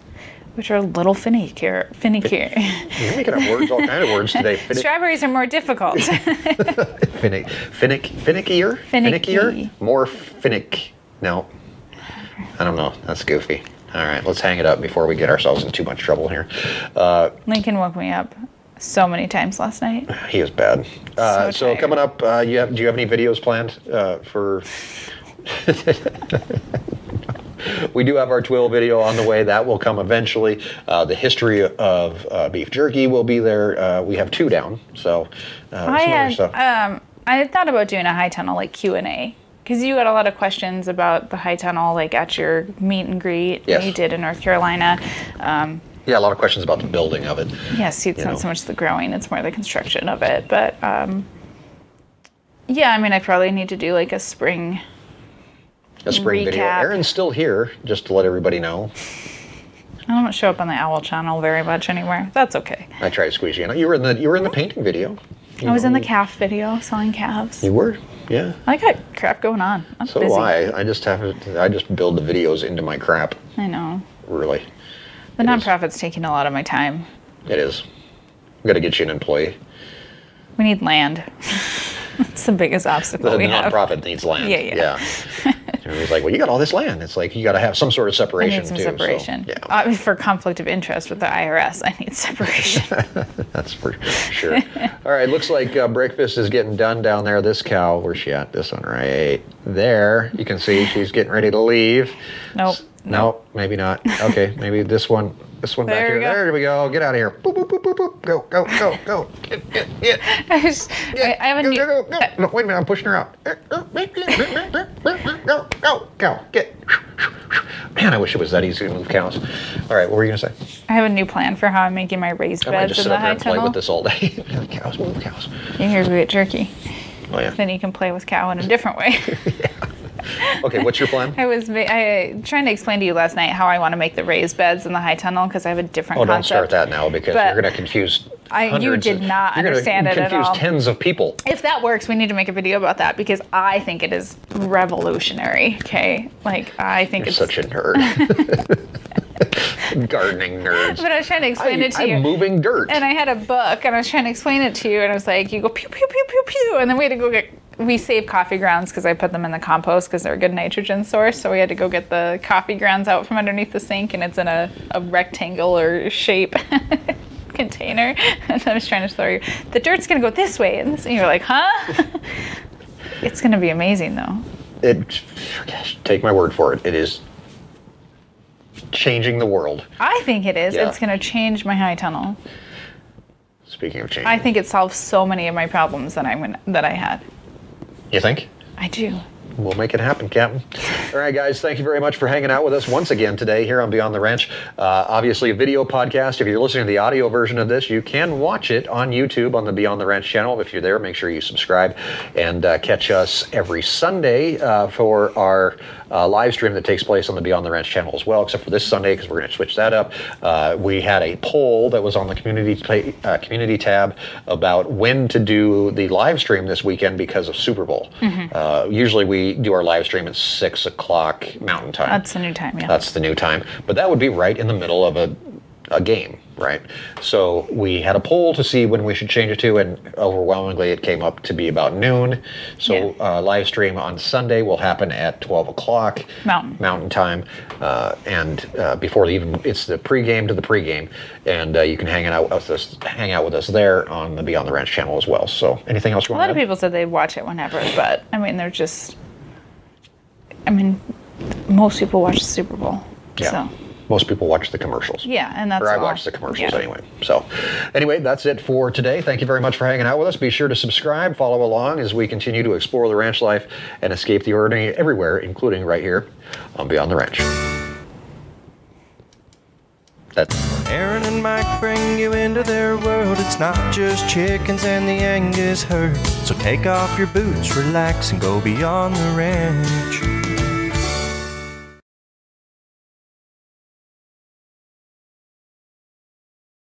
Speaker 2: which are a little finicky. finicky.
Speaker 1: You're making up words, all kind of words today. Finic,
Speaker 2: strawberries are more difficult.
Speaker 1: finic, finic, finickier,
Speaker 2: Finicky.
Speaker 1: finickier, more finic. No, I don't know. That's goofy. All right, let's hang it up before we get ourselves in too much trouble here. Uh,
Speaker 2: Lincoln woke me up so many times last night.
Speaker 1: he was bad. Uh,
Speaker 2: So
Speaker 1: so,
Speaker 2: tired.
Speaker 1: coming up, uh, you have, do you have any videos planned uh, for? we do have our twill video on the way. That will come eventually. Uh, the history of uh, beef jerky will be there. Uh, we have two down, so uh,
Speaker 2: I
Speaker 1: some other
Speaker 2: had
Speaker 1: stuff.
Speaker 2: um, I had thought about doing a high tunnel like Q and A because you got a lot of questions about the high tunnel like at your meet and greet
Speaker 1: Yes.
Speaker 2: you did in North Carolina. Um,
Speaker 1: yeah, a lot of questions about the building of it.
Speaker 2: yes, it's
Speaker 1: You
Speaker 2: not
Speaker 1: know.
Speaker 2: so much the growing; it's more the construction of it. But um, yeah, I mean, I probably need to do like a spring.
Speaker 1: a spring video.
Speaker 2: Recap.
Speaker 1: Aaron's still here, just to let everybody know.
Speaker 2: I don't show up on the Owl Channel very much anymore. That's okay.
Speaker 1: I tried to squeeze you in. You were in the you were in the painting video.
Speaker 2: I was in the calf video selling calves.
Speaker 1: You were, yeah.
Speaker 2: I got crap going on. I'm
Speaker 1: So
Speaker 2: busy.
Speaker 1: do I. I just have to. I just build the videos into my crap.
Speaker 2: I know.
Speaker 1: Really,
Speaker 2: The
Speaker 1: It is.
Speaker 2: nonprofit's taking a lot of my time.
Speaker 1: it is. I'm gonna get you an employee.
Speaker 2: We need land. It's the biggest obstacle
Speaker 1: The
Speaker 2: we have.
Speaker 1: nonprofit needs land.
Speaker 2: Yeah, yeah.
Speaker 1: And he's like, well, you got all this land. It's like you got to have some sort of
Speaker 2: I
Speaker 1: separation
Speaker 2: need some
Speaker 1: too. so,
Speaker 2: separation.
Speaker 1: yeah,
Speaker 2: Uh, for conflict of interest with the IRS, I need separation.
Speaker 1: that's for sure. all right, looks like uh, breakfast is getting done down there. This cow, where's she at? This one right there. You can see she's getting ready to leave.
Speaker 2: nope.
Speaker 1: No, maybe not. Okay, maybe this one. This one back
Speaker 2: There
Speaker 1: here.
Speaker 2: we go.
Speaker 1: There we go. Get out of here. Boop, boop, boop, boop, boop. Go, go, go, go. Get, get, get.
Speaker 2: I, just, I, I have a
Speaker 1: go,
Speaker 2: new. uh,
Speaker 1: go, go, go. No, wait a minute. I'm pushing her out. Eh, Go, go, go. Get. Man, I wish it was that easy to move cows. All right, what were you going to say?
Speaker 2: I have a new plan for how I'm making my raised
Speaker 1: I might
Speaker 2: beds
Speaker 1: just
Speaker 2: in
Speaker 1: sit
Speaker 2: the
Speaker 1: up there
Speaker 2: high
Speaker 1: and play
Speaker 2: tunnel.
Speaker 1: with this all day. cows, move cows.
Speaker 2: You hear get jerky.
Speaker 1: Oh, yeah.
Speaker 2: Then you can play with cow in a different way.
Speaker 1: Okay, what's your plan?
Speaker 2: I was ma- I, trying to explain to you last night how I want to make the raised beds in the high tunnel because I have a different
Speaker 1: Oh, don't
Speaker 2: concept.
Speaker 1: start that now because
Speaker 2: But
Speaker 1: you're going to confuse.
Speaker 2: I- you
Speaker 1: hundreds
Speaker 2: did
Speaker 1: of-
Speaker 2: not
Speaker 1: you're gonna
Speaker 2: understand it at
Speaker 1: confuse
Speaker 2: all.
Speaker 1: tens of people.
Speaker 2: If that works, we need to make a video about that because I think it is revolutionary. Okay, like I think
Speaker 1: You're
Speaker 2: it's
Speaker 1: such a nerd. Gardening nerds.
Speaker 2: But I was trying to explain it to
Speaker 1: am
Speaker 2: you.
Speaker 1: moving dirt.
Speaker 2: And I had a book, and I was trying to explain it to you, and I was like, you go pew pew pew pew pew, and then we had to go get we save coffee grounds because I put them in the compost because they're a good nitrogen source. So we had to go get the coffee grounds out from underneath the sink, and it's in a, a rectangular shape container. and I was trying to tell you, the dirt's gonna go this way, and, this, and you're like, huh? it's gonna be amazing though.
Speaker 1: It, gosh, take my word for it. It is changing the world.
Speaker 2: I think it is.
Speaker 1: Yeah.
Speaker 2: It's gonna change my high tunnel.
Speaker 1: Speaking of changing,
Speaker 2: I think it solves so many of my problems that I'm gonna, that I had.
Speaker 1: you think?
Speaker 2: I do.
Speaker 1: We'll make it happen, Captain. All right, guys, thank you very much for hanging out with us once again today here on Beyond the Ranch. Uh, obviously, a video podcast. If you're listening to the audio version of this, you can watch it on YouTube on the Beyond the Ranch channel. If you're there, make sure you subscribe and uh, catch us every Sunday uh, for our uh, live stream that takes place on the Beyond the Ranch channel as well, except for this Sunday because we're going to switch that up. Uh, we had a poll that was on the community ta- uh, community tab about when to do the live stream this weekend because of Super Bowl. Uh, usually we do our live stream at six o'clock Mountain Time.
Speaker 2: That's a new time, yeah.
Speaker 1: That's the new time. But that would be right in the middle of a, a game, right? So we had a poll to see when we should change it to, and overwhelmingly it came up to be about noon. So uh, live stream on Sunday will happen at 12 o'clock
Speaker 2: Mountain.
Speaker 1: time. Uh, and uh, before the even, it's the pregame to the pregame. And uh, you can hang out with us, hang out with us there on the Beyond the Ranch channel as well. So anything else you
Speaker 2: A
Speaker 1: want
Speaker 2: lot
Speaker 1: to
Speaker 2: of
Speaker 1: add?
Speaker 2: people said they watch it whenever, but I mean, they're just. I mean, most people watch the Super Bowl.
Speaker 1: Yeah.
Speaker 2: So,
Speaker 1: Most people watch the commercials.
Speaker 2: yeah, and that's.
Speaker 1: or I
Speaker 2: all.
Speaker 1: watch the commercials
Speaker 2: Yeah.
Speaker 1: anyway. So, anyway, that's it for today. Thank you very much for hanging out with us. Be sure to subscribe, follow along as we continue to explore the ranch life and escape the ordinary everywhere, including right here on Beyond the Ranch. That's.
Speaker 3: Aaron and Mike bring you into their world. It's not just chickens and the Angus herd. So take off your boots, relax, and go beyond the ranch.